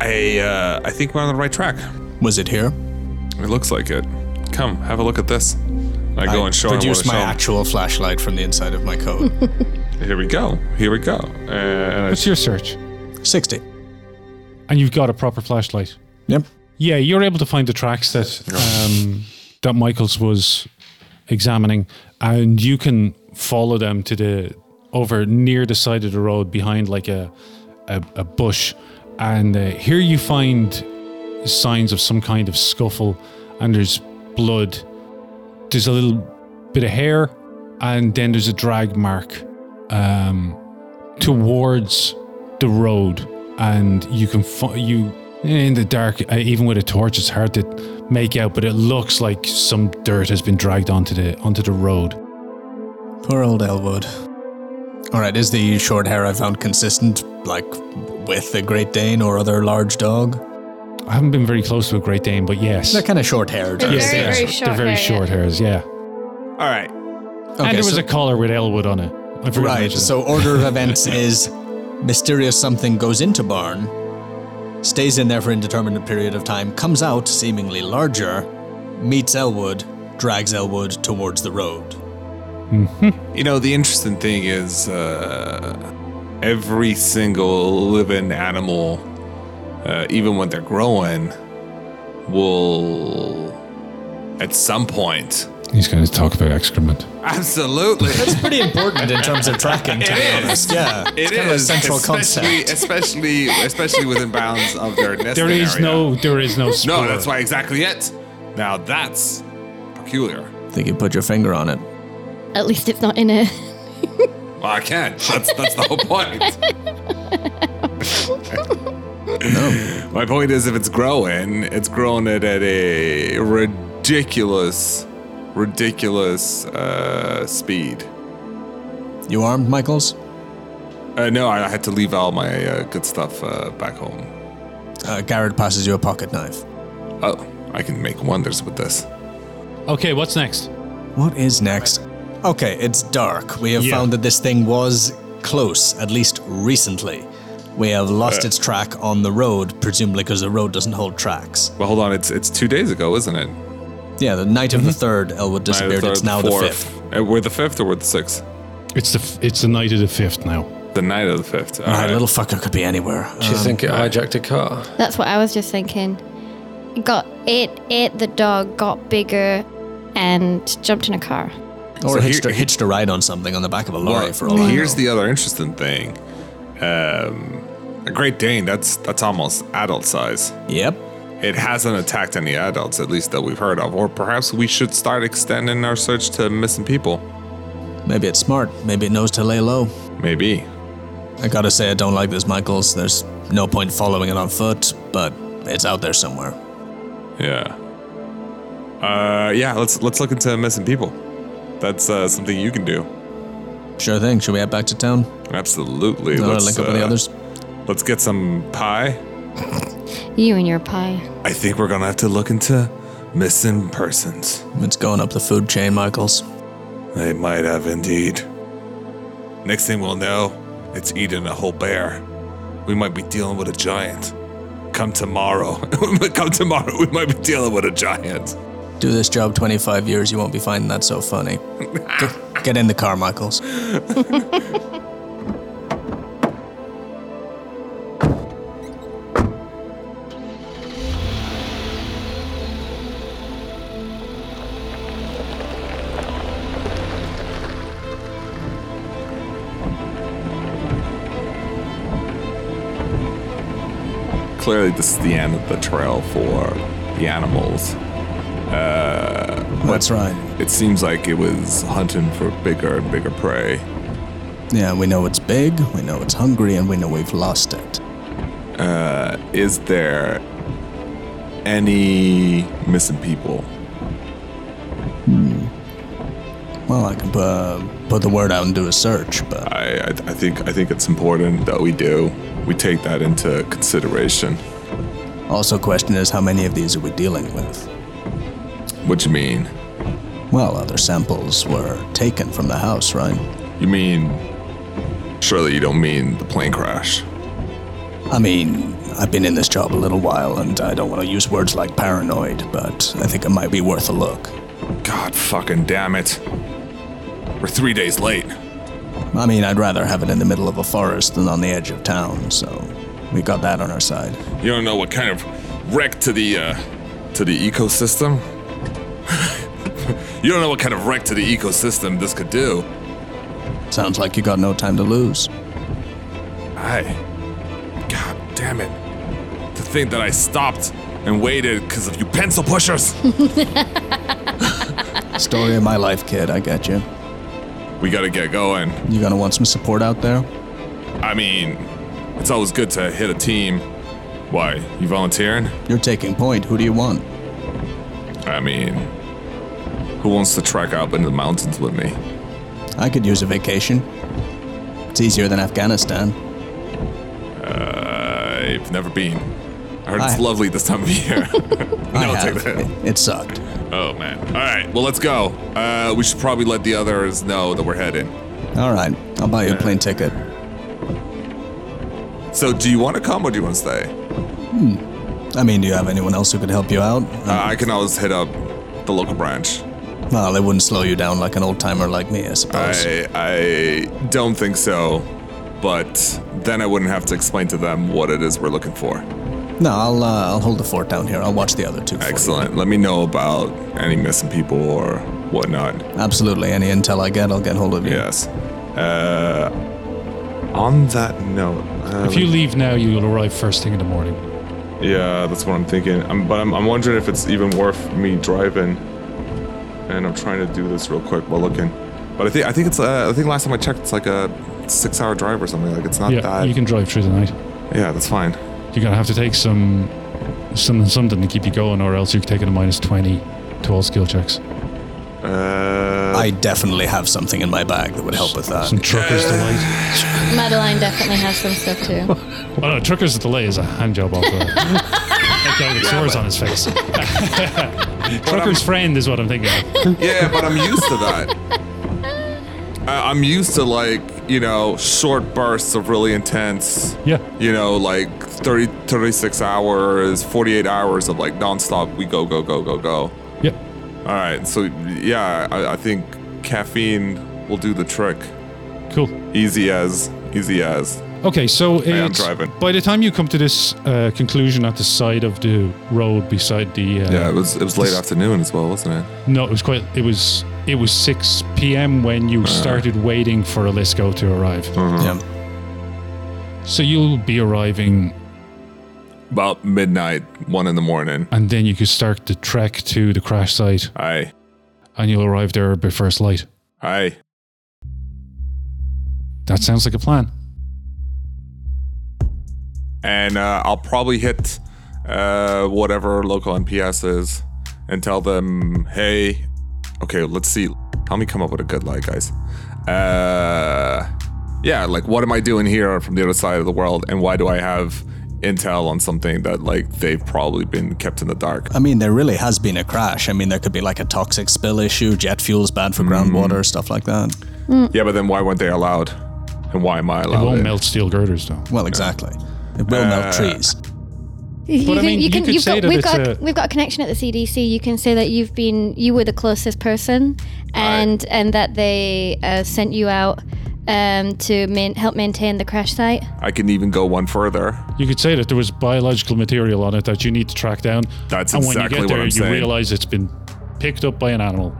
Speaker 5: I uh, I think we're on the right track.
Speaker 2: Was it here?
Speaker 5: It looks like it. Come, have a look at this. I go and show him what I
Speaker 2: Produce
Speaker 5: show
Speaker 2: my
Speaker 5: him.
Speaker 2: actual flashlight from the inside of my coat.
Speaker 5: Here we go. Here we go. Uh, and I
Speaker 4: what's your search
Speaker 2: 60.
Speaker 4: and you've got a proper flashlight
Speaker 2: Yep.
Speaker 4: Yeah, you're able to find the tracks that um, that Michaels was examining, and you can follow them to the over near the side of the road behind like a a, a bush, and uh, here you find signs of some kind of scuffle, and there's blood. There's a little bit of hair, and then there's a drag mark um, towards the road, and you can fi- you in the dark. Uh, even with a torch, it's hard to make out, but it looks like some dirt has been dragged onto the onto the road.
Speaker 2: Poor old Elwood. All right, is the short hair I found consistent, like with a Great Dane or other large dog?
Speaker 4: I haven't been very close to a Great Dane, but yes,
Speaker 2: They're kind of short haired.
Speaker 3: They're
Speaker 4: yes,
Speaker 3: very,
Speaker 4: they are.
Speaker 3: very
Speaker 4: they're
Speaker 3: short hair,
Speaker 4: very
Speaker 3: yeah.
Speaker 4: short hairs. Yeah,
Speaker 5: All right.
Speaker 2: Okay,
Speaker 4: and there was
Speaker 2: so-
Speaker 4: a collar with Elwood on it. I forgot to
Speaker 2: Right,
Speaker 4: mention
Speaker 2: so order of events is mysterious something goes into barn, stays in there for indeterminate period of time, comes out seemingly larger, meets Elwood, drags Elwood towards the road.
Speaker 5: You know, the interesting thing is uh, every single living animal, uh, even when they're growing, will at some point.
Speaker 4: that. he's going to talk about excrement.
Speaker 5: Absolutely.
Speaker 2: It's pretty important in terms of tracking, to be honest. Yeah,
Speaker 5: It
Speaker 2: kind of a
Speaker 5: is,
Speaker 2: central
Speaker 5: especially,
Speaker 2: concept.
Speaker 5: especially, especially within bounds of their nesting
Speaker 4: There is
Speaker 5: area.
Speaker 4: no, there is no. Spoor.
Speaker 5: No, that's why exactly it. Now that's peculiar.
Speaker 2: I think you put your finger on it.
Speaker 3: At least it's not in a.
Speaker 5: Well, I can't. That's that's the whole point. My point is, if it's growing, it's growing it at a ridiculous, ridiculous uh, speed.
Speaker 2: You armed, Michaels?
Speaker 5: Uh, no, I had to leave all my uh, good stuff uh, back home.
Speaker 2: Uh, Garrett passes you a pocket knife.
Speaker 5: Oh, I can make wonders with this.
Speaker 4: Okay, what's next?
Speaker 2: What is next? Okay, it's dark. We have
Speaker 4: Yeah.
Speaker 2: found that this thing was close, at least recently. We have lost its track on the road, presumably because the road doesn't hold tracks.
Speaker 5: Well, hold on. It's it's two days ago, isn't it?
Speaker 2: Yeah, the night of the third, Elwood
Speaker 5: Night
Speaker 2: disappeared.
Speaker 5: Mm-hmm. of the
Speaker 2: it's
Speaker 5: third,
Speaker 2: now the
Speaker 5: fourth.
Speaker 2: fifth.
Speaker 5: Uh, We're the fifth or we're the sixth?
Speaker 4: It's the f- it's the night of the fifth now.
Speaker 5: The night of the fifth. All
Speaker 2: All right,
Speaker 5: right.
Speaker 2: little fucker could be anywhere.
Speaker 1: Do you
Speaker 2: Um,
Speaker 1: think it hijacked a car?
Speaker 3: That's what I was just thinking. Got it, it, the dog got bigger and jumped in a car.
Speaker 2: Uh, or
Speaker 5: So
Speaker 2: hitched,
Speaker 5: here-
Speaker 2: a, hitched a ride on something on the back of a lorry
Speaker 5: Well,
Speaker 2: for all I
Speaker 5: here's
Speaker 2: know.
Speaker 5: the other interesting thing. Um, a Great Dane, that's that's almost adult size.
Speaker 2: Yep.
Speaker 5: It hasn't attacked any adults, at least that we've heard of. Or perhaps we should start extending our search to missing people.
Speaker 2: Maybe it's smart. Maybe it knows to lay low.
Speaker 5: Maybe.
Speaker 2: I gotta say, I don't like this, Michaels. There's no point following it on foot, but it's out there somewhere.
Speaker 5: Yeah. Uh, yeah. Let's let's look into missing people. That's uh, something you can do.
Speaker 2: Sure thing. Should we head back to town?
Speaker 5: Absolutely.
Speaker 2: Uh, link up with the
Speaker 5: uh,
Speaker 2: others?
Speaker 5: Let's get some pie.
Speaker 3: You and your pie.
Speaker 5: I think we're gonna have to look into missing persons.
Speaker 2: It's going up the food chain, Michaels.
Speaker 5: They might have indeed. Next thing we'll know, it's eating a whole bear. We might be dealing with a giant. Come tomorrow. Come tomorrow, we might be dealing with a giant.
Speaker 2: Do this job 25 years, you won't be finding that so funny. Get, get in the car, Michaels.
Speaker 5: Clearly, this is the end of the trail for the animals.
Speaker 2: That's right.
Speaker 5: It seems like it was hunting for bigger and bigger prey.
Speaker 2: Yeah, we know it's big, we know it's hungry, and we know we've lost it.
Speaker 5: Is there any missing people?
Speaker 2: Well, I can uh, put the word out and do a search, but
Speaker 5: I, I, I think I think it's important that we do. We take that into consideration.
Speaker 2: also question is how many of these are we dealing with?
Speaker 5: What you mean?
Speaker 2: Well, other samples were taken from the house, right?
Speaker 5: You mean? Surely you don't mean the plane crash.
Speaker 2: I mean, I've been in this job a little while, and I don't want to use words like paranoid, but I think it might be worth a look.
Speaker 5: God fucking damn it! We're three days late.
Speaker 2: I mean, I'd rather have it in the middle of a forest than on the edge of town, so we got that on our side.
Speaker 5: You don't know what kind of wreck to the uh, to the ecosystem. you don't know what kind of wreck to the ecosystem this could do.
Speaker 2: Sounds like you got no time to lose.
Speaker 5: I. God damn it. To think that I stopped and waited because of you pencil pushers!
Speaker 2: Story of my life, kid, I get you.
Speaker 5: we gotta get going.
Speaker 2: You gonna want some support out there?
Speaker 5: I mean, it's always good to hit a team. Why? You volunteering?
Speaker 2: You're taking point. Who do you want?
Speaker 5: I mean, who wants to trek out into the mountains with me?
Speaker 2: I could use a vacation. It's easier than Afghanistan.
Speaker 5: I've never been. I heard
Speaker 2: I-
Speaker 5: it's lovely this time of year.
Speaker 2: I
Speaker 5: no, take
Speaker 2: have.
Speaker 5: that.
Speaker 2: It, it sucked.
Speaker 5: Oh man. All right. Well, let's go. Uh, we should probably let the others know that we're heading.
Speaker 2: All right, I'll buy you a plane ticket.
Speaker 5: So, do you want to come or do you want to stay?
Speaker 2: I mean, do you have anyone else who could help you out?
Speaker 5: Uh, I can always hit up the local branch.
Speaker 2: Well, they wouldn't slow you down like an old timer like me, I suppose.
Speaker 5: I I don't think so, but then I wouldn't have to explain to them what it is we're looking for.
Speaker 2: No, I'll uh, I'll hold the fort down here. I'll watch the other two. for you.
Speaker 5: Excellent. Let me know about any missing people or whatnot.
Speaker 2: Absolutely. Any intel I get, I'll get hold of you.
Speaker 5: Yes. Uh, on that note, uh,
Speaker 4: If you leave now, you'll arrive first thing in the morning.
Speaker 5: yeah, that's what I'm thinking. I'm, but I'm, I'm wondering if it's even worth me driving. And I'm trying to do this real quick while looking. But I think I think it's uh, I think last time I checked, it's like a six-hour drive or something. Like it's not
Speaker 4: yeah,
Speaker 5: that.
Speaker 4: you can drive through the night.
Speaker 5: yeah, that's fine.
Speaker 4: You're gonna have to take some something something to keep you going, or else you're taking a minus twenty to all skill checks.
Speaker 5: Uh,
Speaker 2: I definitely have something in my bag that would help with that.
Speaker 4: Some truckers delight.
Speaker 3: Madeline definitely has some stuff too.
Speaker 4: Oh no, truckers delay is a hand job off the that guy with sores on his face. trucker's friend is what I'm thinking. Of.
Speaker 5: Yeah, but I'm used to that. I- I'm used to like, you know, short bursts of really intense,
Speaker 4: Yeah.
Speaker 5: you know, like 30, 36 hours, 48 hours of like nonstop, we go, go, go, go, go.
Speaker 4: Yep.
Speaker 5: All right. So, yeah, I, I think caffeine will do the trick.
Speaker 4: Cool.
Speaker 5: Easy as, easy as.
Speaker 4: Okay, so
Speaker 5: am
Speaker 4: it's-
Speaker 5: driving.
Speaker 4: by the time you come to this uh, conclusion at the side of the road beside the uh,
Speaker 5: Yeah, it was it was late afternoon as well, wasn't it?
Speaker 4: no, it was quite it was it was six p.m. when
Speaker 5: Uh.
Speaker 4: you started waiting for Alisco to arrive.
Speaker 5: Oh.
Speaker 2: Yeah.
Speaker 4: So you'll be arriving,
Speaker 5: About midnight, one in the morning.
Speaker 4: and then you could start the trek to the crash site,
Speaker 5: Aye,
Speaker 4: and you'll arrive there by first light.
Speaker 5: aye.
Speaker 4: That sounds like a plan.
Speaker 5: and uh, I'll probably hit uh, whatever local NPS is and tell them, hey, okay, let's see. Help me come up with a good lie, guys. Uh, yeah, like what am I doing here from the other side of the world, and why do I have intel on something that like they've probably been kept in the dark?
Speaker 2: I mean, there really has been a crash. I mean, there could be like a toxic spill issue, jet fuel's bad for
Speaker 4: Mm-hmm.
Speaker 2: groundwater, stuff like that.
Speaker 5: Yeah, but then why weren't they allowed? And why am I allowed?
Speaker 4: It won't
Speaker 5: in?
Speaker 4: melt steel girders, though.
Speaker 2: Well, exactly. It will
Speaker 4: Uh,
Speaker 2: melt trees.
Speaker 3: You,
Speaker 4: But I
Speaker 3: can-
Speaker 4: mean, you could
Speaker 3: you've
Speaker 4: say
Speaker 3: got,
Speaker 4: that
Speaker 3: we've
Speaker 4: it's
Speaker 3: got
Speaker 4: a-
Speaker 3: we've got a connection at the CDC. You can say that you've been you were the closest person, and and that they uh, sent you out um, to main, help maintain the crash site.
Speaker 5: I can even go one further.
Speaker 4: You could say that there was biological material on it that you need to track down.
Speaker 5: That's
Speaker 4: and
Speaker 5: exactly
Speaker 4: when you get
Speaker 5: what
Speaker 4: there,
Speaker 5: I'm
Speaker 4: you
Speaker 5: saying.
Speaker 4: realize it's been picked up by an animal.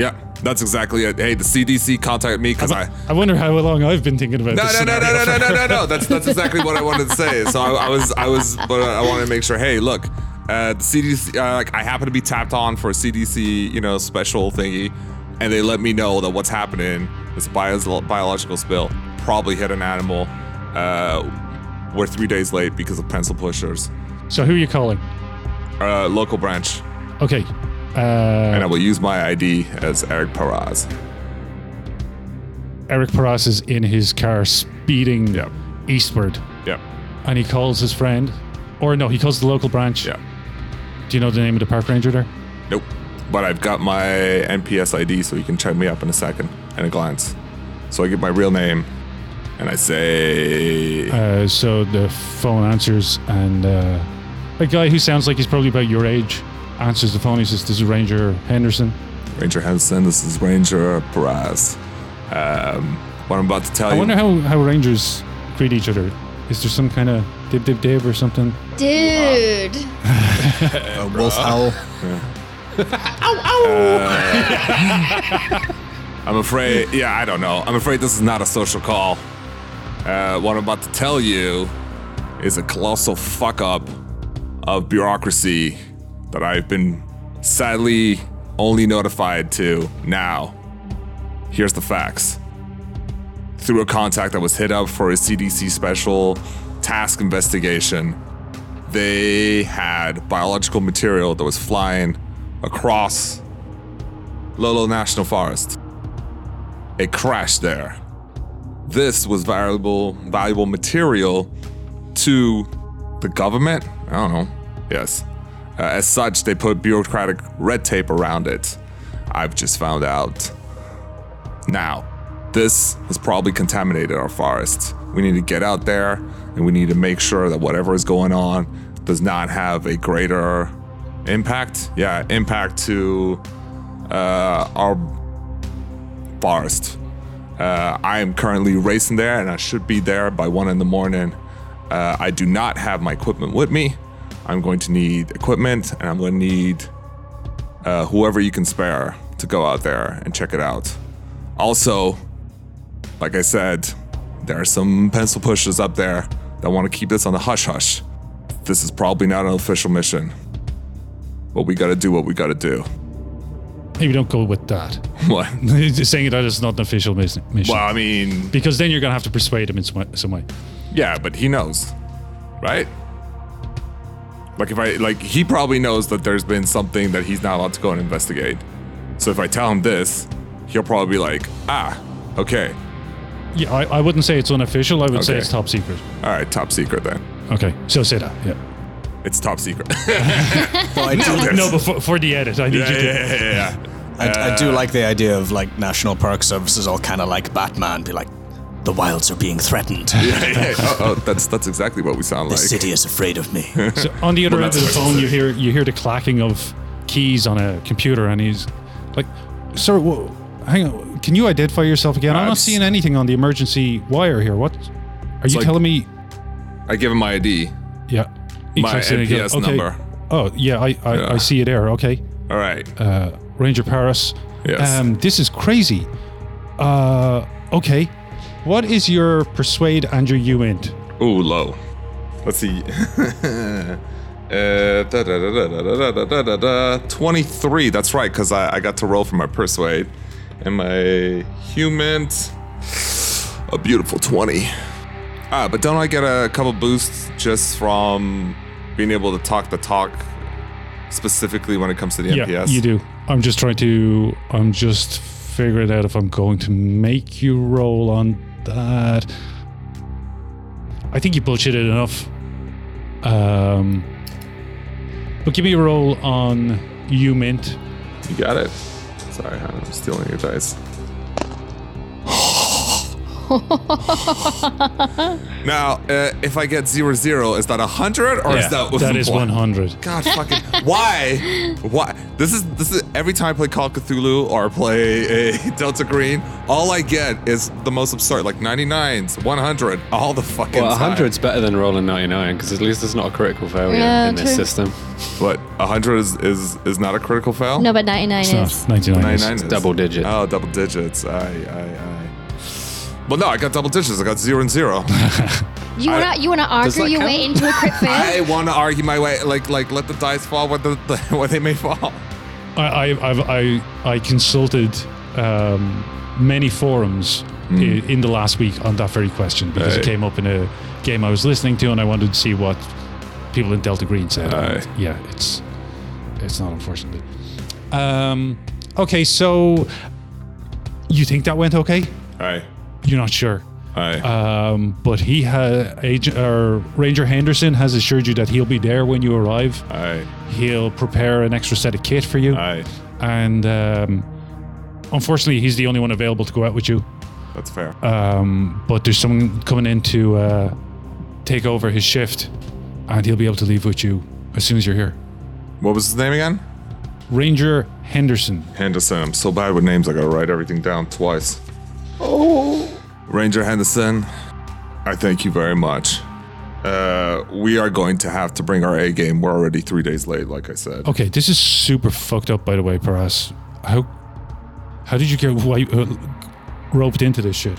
Speaker 5: Yeah, that's exactly it. Hey, the CDC contacted me because I.
Speaker 4: I wonder how long I've been thinking about
Speaker 5: No,
Speaker 4: this.
Speaker 5: no, no, no,
Speaker 4: scenario
Speaker 5: no, no,
Speaker 4: for-
Speaker 5: no, no, no. That's that's exactly what I wanted to say. So I, I was, I was, but I wanted to make sure. Hey, look, uh, the CDC. Uh, like, I happen to be tapped on for a CDC, you know, special thingy, and they let me know that what's happening is a bio- biological spill. Probably hit an animal. Uh, we're three days late because of pencil pushers.
Speaker 4: So who are you calling?
Speaker 5: Uh, local branch,
Speaker 4: Okay.
Speaker 5: and I
Speaker 4: Uh,
Speaker 5: will use my ID as Eric Paraz.
Speaker 4: Eric Paras is in his car speeding
Speaker 5: Yeah.
Speaker 4: eastward,
Speaker 5: Yep.
Speaker 4: and he calls his friend, or no, he calls the local branch.
Speaker 5: Yeah.
Speaker 4: Do you know the name of the park ranger there?
Speaker 5: Nope. But I've got my NPS ID, so you can check me up in a second and a glance. So I give my real name, and I say,
Speaker 4: Uh, so the phone answers, and uh, a guy who sounds like he's probably about your age answers the phone. He says, "This is Ranger Henderson."
Speaker 5: Ranger Henderson, this is Ranger Perez. Um, what I'm about to tell
Speaker 4: I
Speaker 5: you.
Speaker 4: wonder how, how Rangers greet each other. Is there some kind of dib dib dib or something?
Speaker 3: Dude,
Speaker 2: A wolf howl.
Speaker 5: I'm afraid. Yeah, I don't know. I'm afraid this is not a social call. Uh, what I'm about to tell you is a colossal fuck up of bureaucracy that I've been sadly only notified to now. Here's the facts. Through a contact that was hit up for a CDC special task investigation, they had biological material that was flying across Lolo National Forest it crashed there. This was valuable valuable material to the government. I don't know. Yes. Uh, as such, they put bureaucratic red tape around it. I've just found out. Now, this has probably contaminated our forests. We need to get out there and we need to make sure that whatever is going on does not have a greater impact. Yeah, impact to uh, our forest. Uh, I am currently racing there, and I should be there by one in the morning. Uh, I do not have my equipment with me. I'm going to need equipment, and I'm going to need uh, whoever you can spare to go out there and check it out. Also, like I said, there are some pencil pushers up there that want to keep this on the hush hush. This is probably not an official mission, but we got to do what we got to do.
Speaker 4: Maybe don't go with that.
Speaker 5: What?
Speaker 4: Just Saying that it's not an official mis- mission.
Speaker 5: Well, I mean,
Speaker 4: Because then you're going to have to persuade him in some way. Some way.
Speaker 5: Yeah, but he knows, right? Like if I like he probably knows that there's been something that he's not allowed to go and investigate. So if I tell him this, he'll probably be like, ah, okay,
Speaker 4: Yeah, I, I wouldn't say it's unofficial. I would say
Speaker 5: Okay.
Speaker 4: it's top secret.
Speaker 5: all right, top secret then.
Speaker 4: Okay, so say that. Yeah.
Speaker 5: It's top secret.
Speaker 2: Well, I, do,
Speaker 4: No, but for, for the edit, I need
Speaker 5: yeah,
Speaker 4: you to.
Speaker 5: yeah, yeah, yeah.
Speaker 2: I, I do like the idea of like National Park Services all kind of like Batman, be like, the wilds are being threatened.
Speaker 5: yeah, yeah. Oh, oh, that's that's exactly what we sound
Speaker 2: The
Speaker 5: like.
Speaker 2: city is afraid of me.
Speaker 4: So on the other
Speaker 5: Well,
Speaker 4: end of the
Speaker 5: that's what
Speaker 4: phone,
Speaker 5: it
Speaker 4: you
Speaker 5: is.
Speaker 4: hear you hear the clacking of keys on a computer, and he's like, "Sir, wha- hang on. Can you identify yourself again? I'm
Speaker 5: I'm
Speaker 4: not
Speaker 5: s-
Speaker 4: seeing anything on the emergency wire here. What are you
Speaker 5: like-
Speaker 4: telling me?"
Speaker 5: I give him my ID.
Speaker 4: Yeah, He
Speaker 5: My
Speaker 4: clicks in and he goes,
Speaker 5: NPS number.
Speaker 4: Oh yeah, I I,
Speaker 5: Yeah.
Speaker 4: I see you there. Okay,
Speaker 5: All right.
Speaker 4: uh, Ranger Paris.
Speaker 5: Yes.
Speaker 4: Um, this is crazy. Uh, okay, what is your persuade and your you end?
Speaker 5: Ooh, low. Let's see. Uh, da, da, da, da, da, da, da, da, da, da, 23. That's right, because I, I got to roll for my persuade. And my human. A beautiful 20. Ah, but don't I get a couple boosts just from being able to talk the talk specifically when it comes to the
Speaker 4: Yeah,
Speaker 5: NPS?
Speaker 4: you do. I'm just trying to. I'm just figuring out if I'm going to make you roll on that. I think you bullshitted enough. Um, but give me a roll on you mint.
Speaker 5: You got it. Sorry, I'm stealing your dice. now, uh, if I get zero zero, is that a hundred or is that
Speaker 4: that is 100.
Speaker 5: God fucking why? Why? This is this is every time I play Call of Cthulhu or play a Delta Green, all I get is the most absurd, like 99s, 100, all the fucking
Speaker 7: Well,
Speaker 5: time.
Speaker 7: 100's better than rolling 99 because at least it's not a critical failure
Speaker 3: Yeah,
Speaker 7: in this
Speaker 3: true.
Speaker 7: system.
Speaker 5: But 100 is is is not a critical fail.
Speaker 3: No, but 99
Speaker 4: It's
Speaker 3: is.
Speaker 4: not 99. is.
Speaker 5: 99 is
Speaker 7: double digit.
Speaker 5: Oh, double digits. I I I. Well, no, I got double digits. I got zero and zero.
Speaker 3: You wanna you wanna
Speaker 7: that
Speaker 3: argue your way
Speaker 7: count?
Speaker 3: into a crit
Speaker 5: I
Speaker 3: fail?
Speaker 5: want to argue my way, like like let the dice fall where the, the where they may fall.
Speaker 4: I, I, I've, I, I consulted um, many forums i in the last week on that very question because it
Speaker 5: Hmm. Aye.
Speaker 4: came up in a game I was listening to, and I wanted to see what people in Delta Green said.
Speaker 5: Aye.
Speaker 4: Yeah, it's it's not unfortunately. Um, okay, so you think that went okay?
Speaker 5: Aye,
Speaker 4: You're not sure.
Speaker 5: aye.
Speaker 7: Uh,
Speaker 4: Um, but he had agent or Ranger Henderson has assured you that he'll be there when you arrive.
Speaker 5: Aye,
Speaker 4: He'll prepare an extra set of kit for you
Speaker 5: aye.
Speaker 4: and um, unfortunately, he's the only one available to go out with you.
Speaker 5: That's fair.
Speaker 7: uh,
Speaker 4: Um, but there's someone coming in to uh, take over his shift, and he'll be able to leave with you as soon as you're here.
Speaker 5: what was his name again?
Speaker 4: Ranger Henderson.
Speaker 5: Henderson. I'm so bad with names, I gotta write everything down twice. Oh. Ranger Henderson, I thank you very much. Uh, we are going to have to bring our A game. We're already three days late, like I said.
Speaker 4: Okay, this is super fucked up, by the way, Paras. How how did you get why, uh, roped into this shit?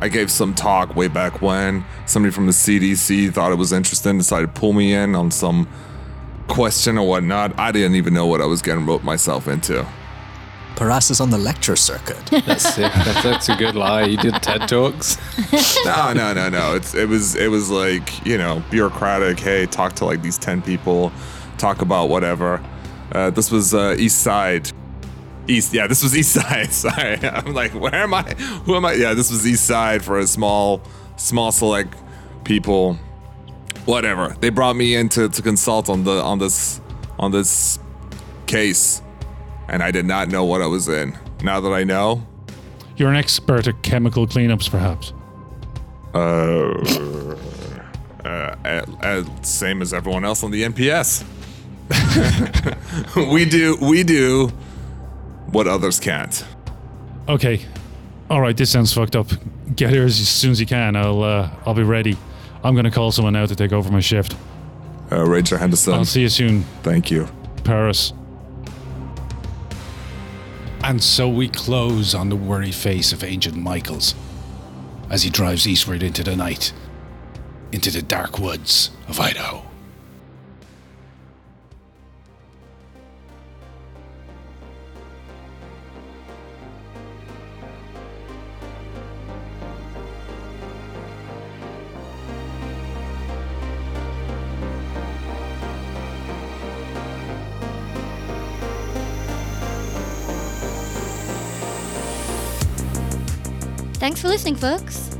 Speaker 5: I gave some talk way back when. Somebody from the CDC thought it was interesting, decided to pull me in on some question or whatnot. I didn't even know what I was getting roped myself into.
Speaker 2: Paras is on the lecture circuit.
Speaker 7: That's it. That's, that's a good lie. You did TED Talks.
Speaker 5: no, no, no, no. It's it was it was like you know bureaucratic. Hey, talk to like these ten people, talk about whatever. Uh, this was uh, East Side. East, yeah, this was East Side. Sorry, I'm like, where am I? Who am I? Yeah, this was East Side for a small, small select people. Whatever. They brought me in to, to consult on the on this on this case, and I did not know what I was in. Now that I know,
Speaker 4: You're an expert at chemical cleanups, perhaps.
Speaker 5: uh, uh, uh, uh, same as everyone else on the NPS. we do we do what others can't.
Speaker 4: Okay. All right, this sounds fucked up. Get here as soon as you can. I'll uh, I'll be ready. I'm gonna call someone now to take over my shift.
Speaker 5: Uh, Rachel Henderson,
Speaker 4: I'll see you soon,
Speaker 5: thank you.
Speaker 4: Paris. And so we close on the worried face of Ancient Michaels as he drives eastward into the night, into the dark woods of Idaho.
Speaker 3: Thanks for listening, folks.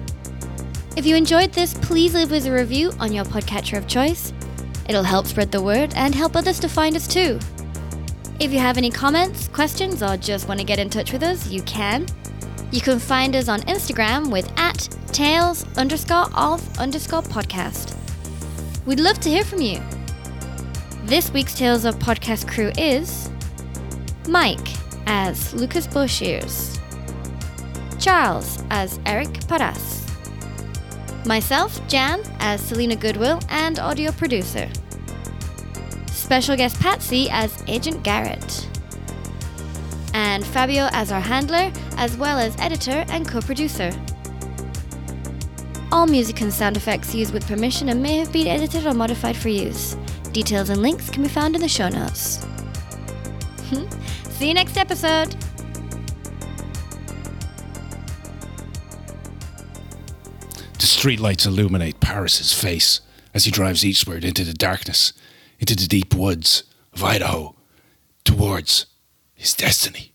Speaker 3: If you enjoyed this, please leave us a review on your podcatcher of choice. It'll help spread the word and help others to find us too. If you have any comments, questions, or just want to get in touch with us, you can. You can find us on Instagram with at tales underscore of underscore podcast. We'd love to hear from you. This week's Tales of Podcast crew is Mike as Lucas Boshears. Charles as Eric Paras. Myself, Jan, as Selena Goodwill and audio producer. Special guest Patsy as Agent Garrett. And Fabio as our handler, as well as editor and co producer. All music and sound effects used with permission and may have been edited or modified for use. Details and links can be found in the show notes. See you next episode!
Speaker 8: streetlights illuminate Paris's face as he drives eastward into the darkness, into the deep woods of Idaho, towards his destiny.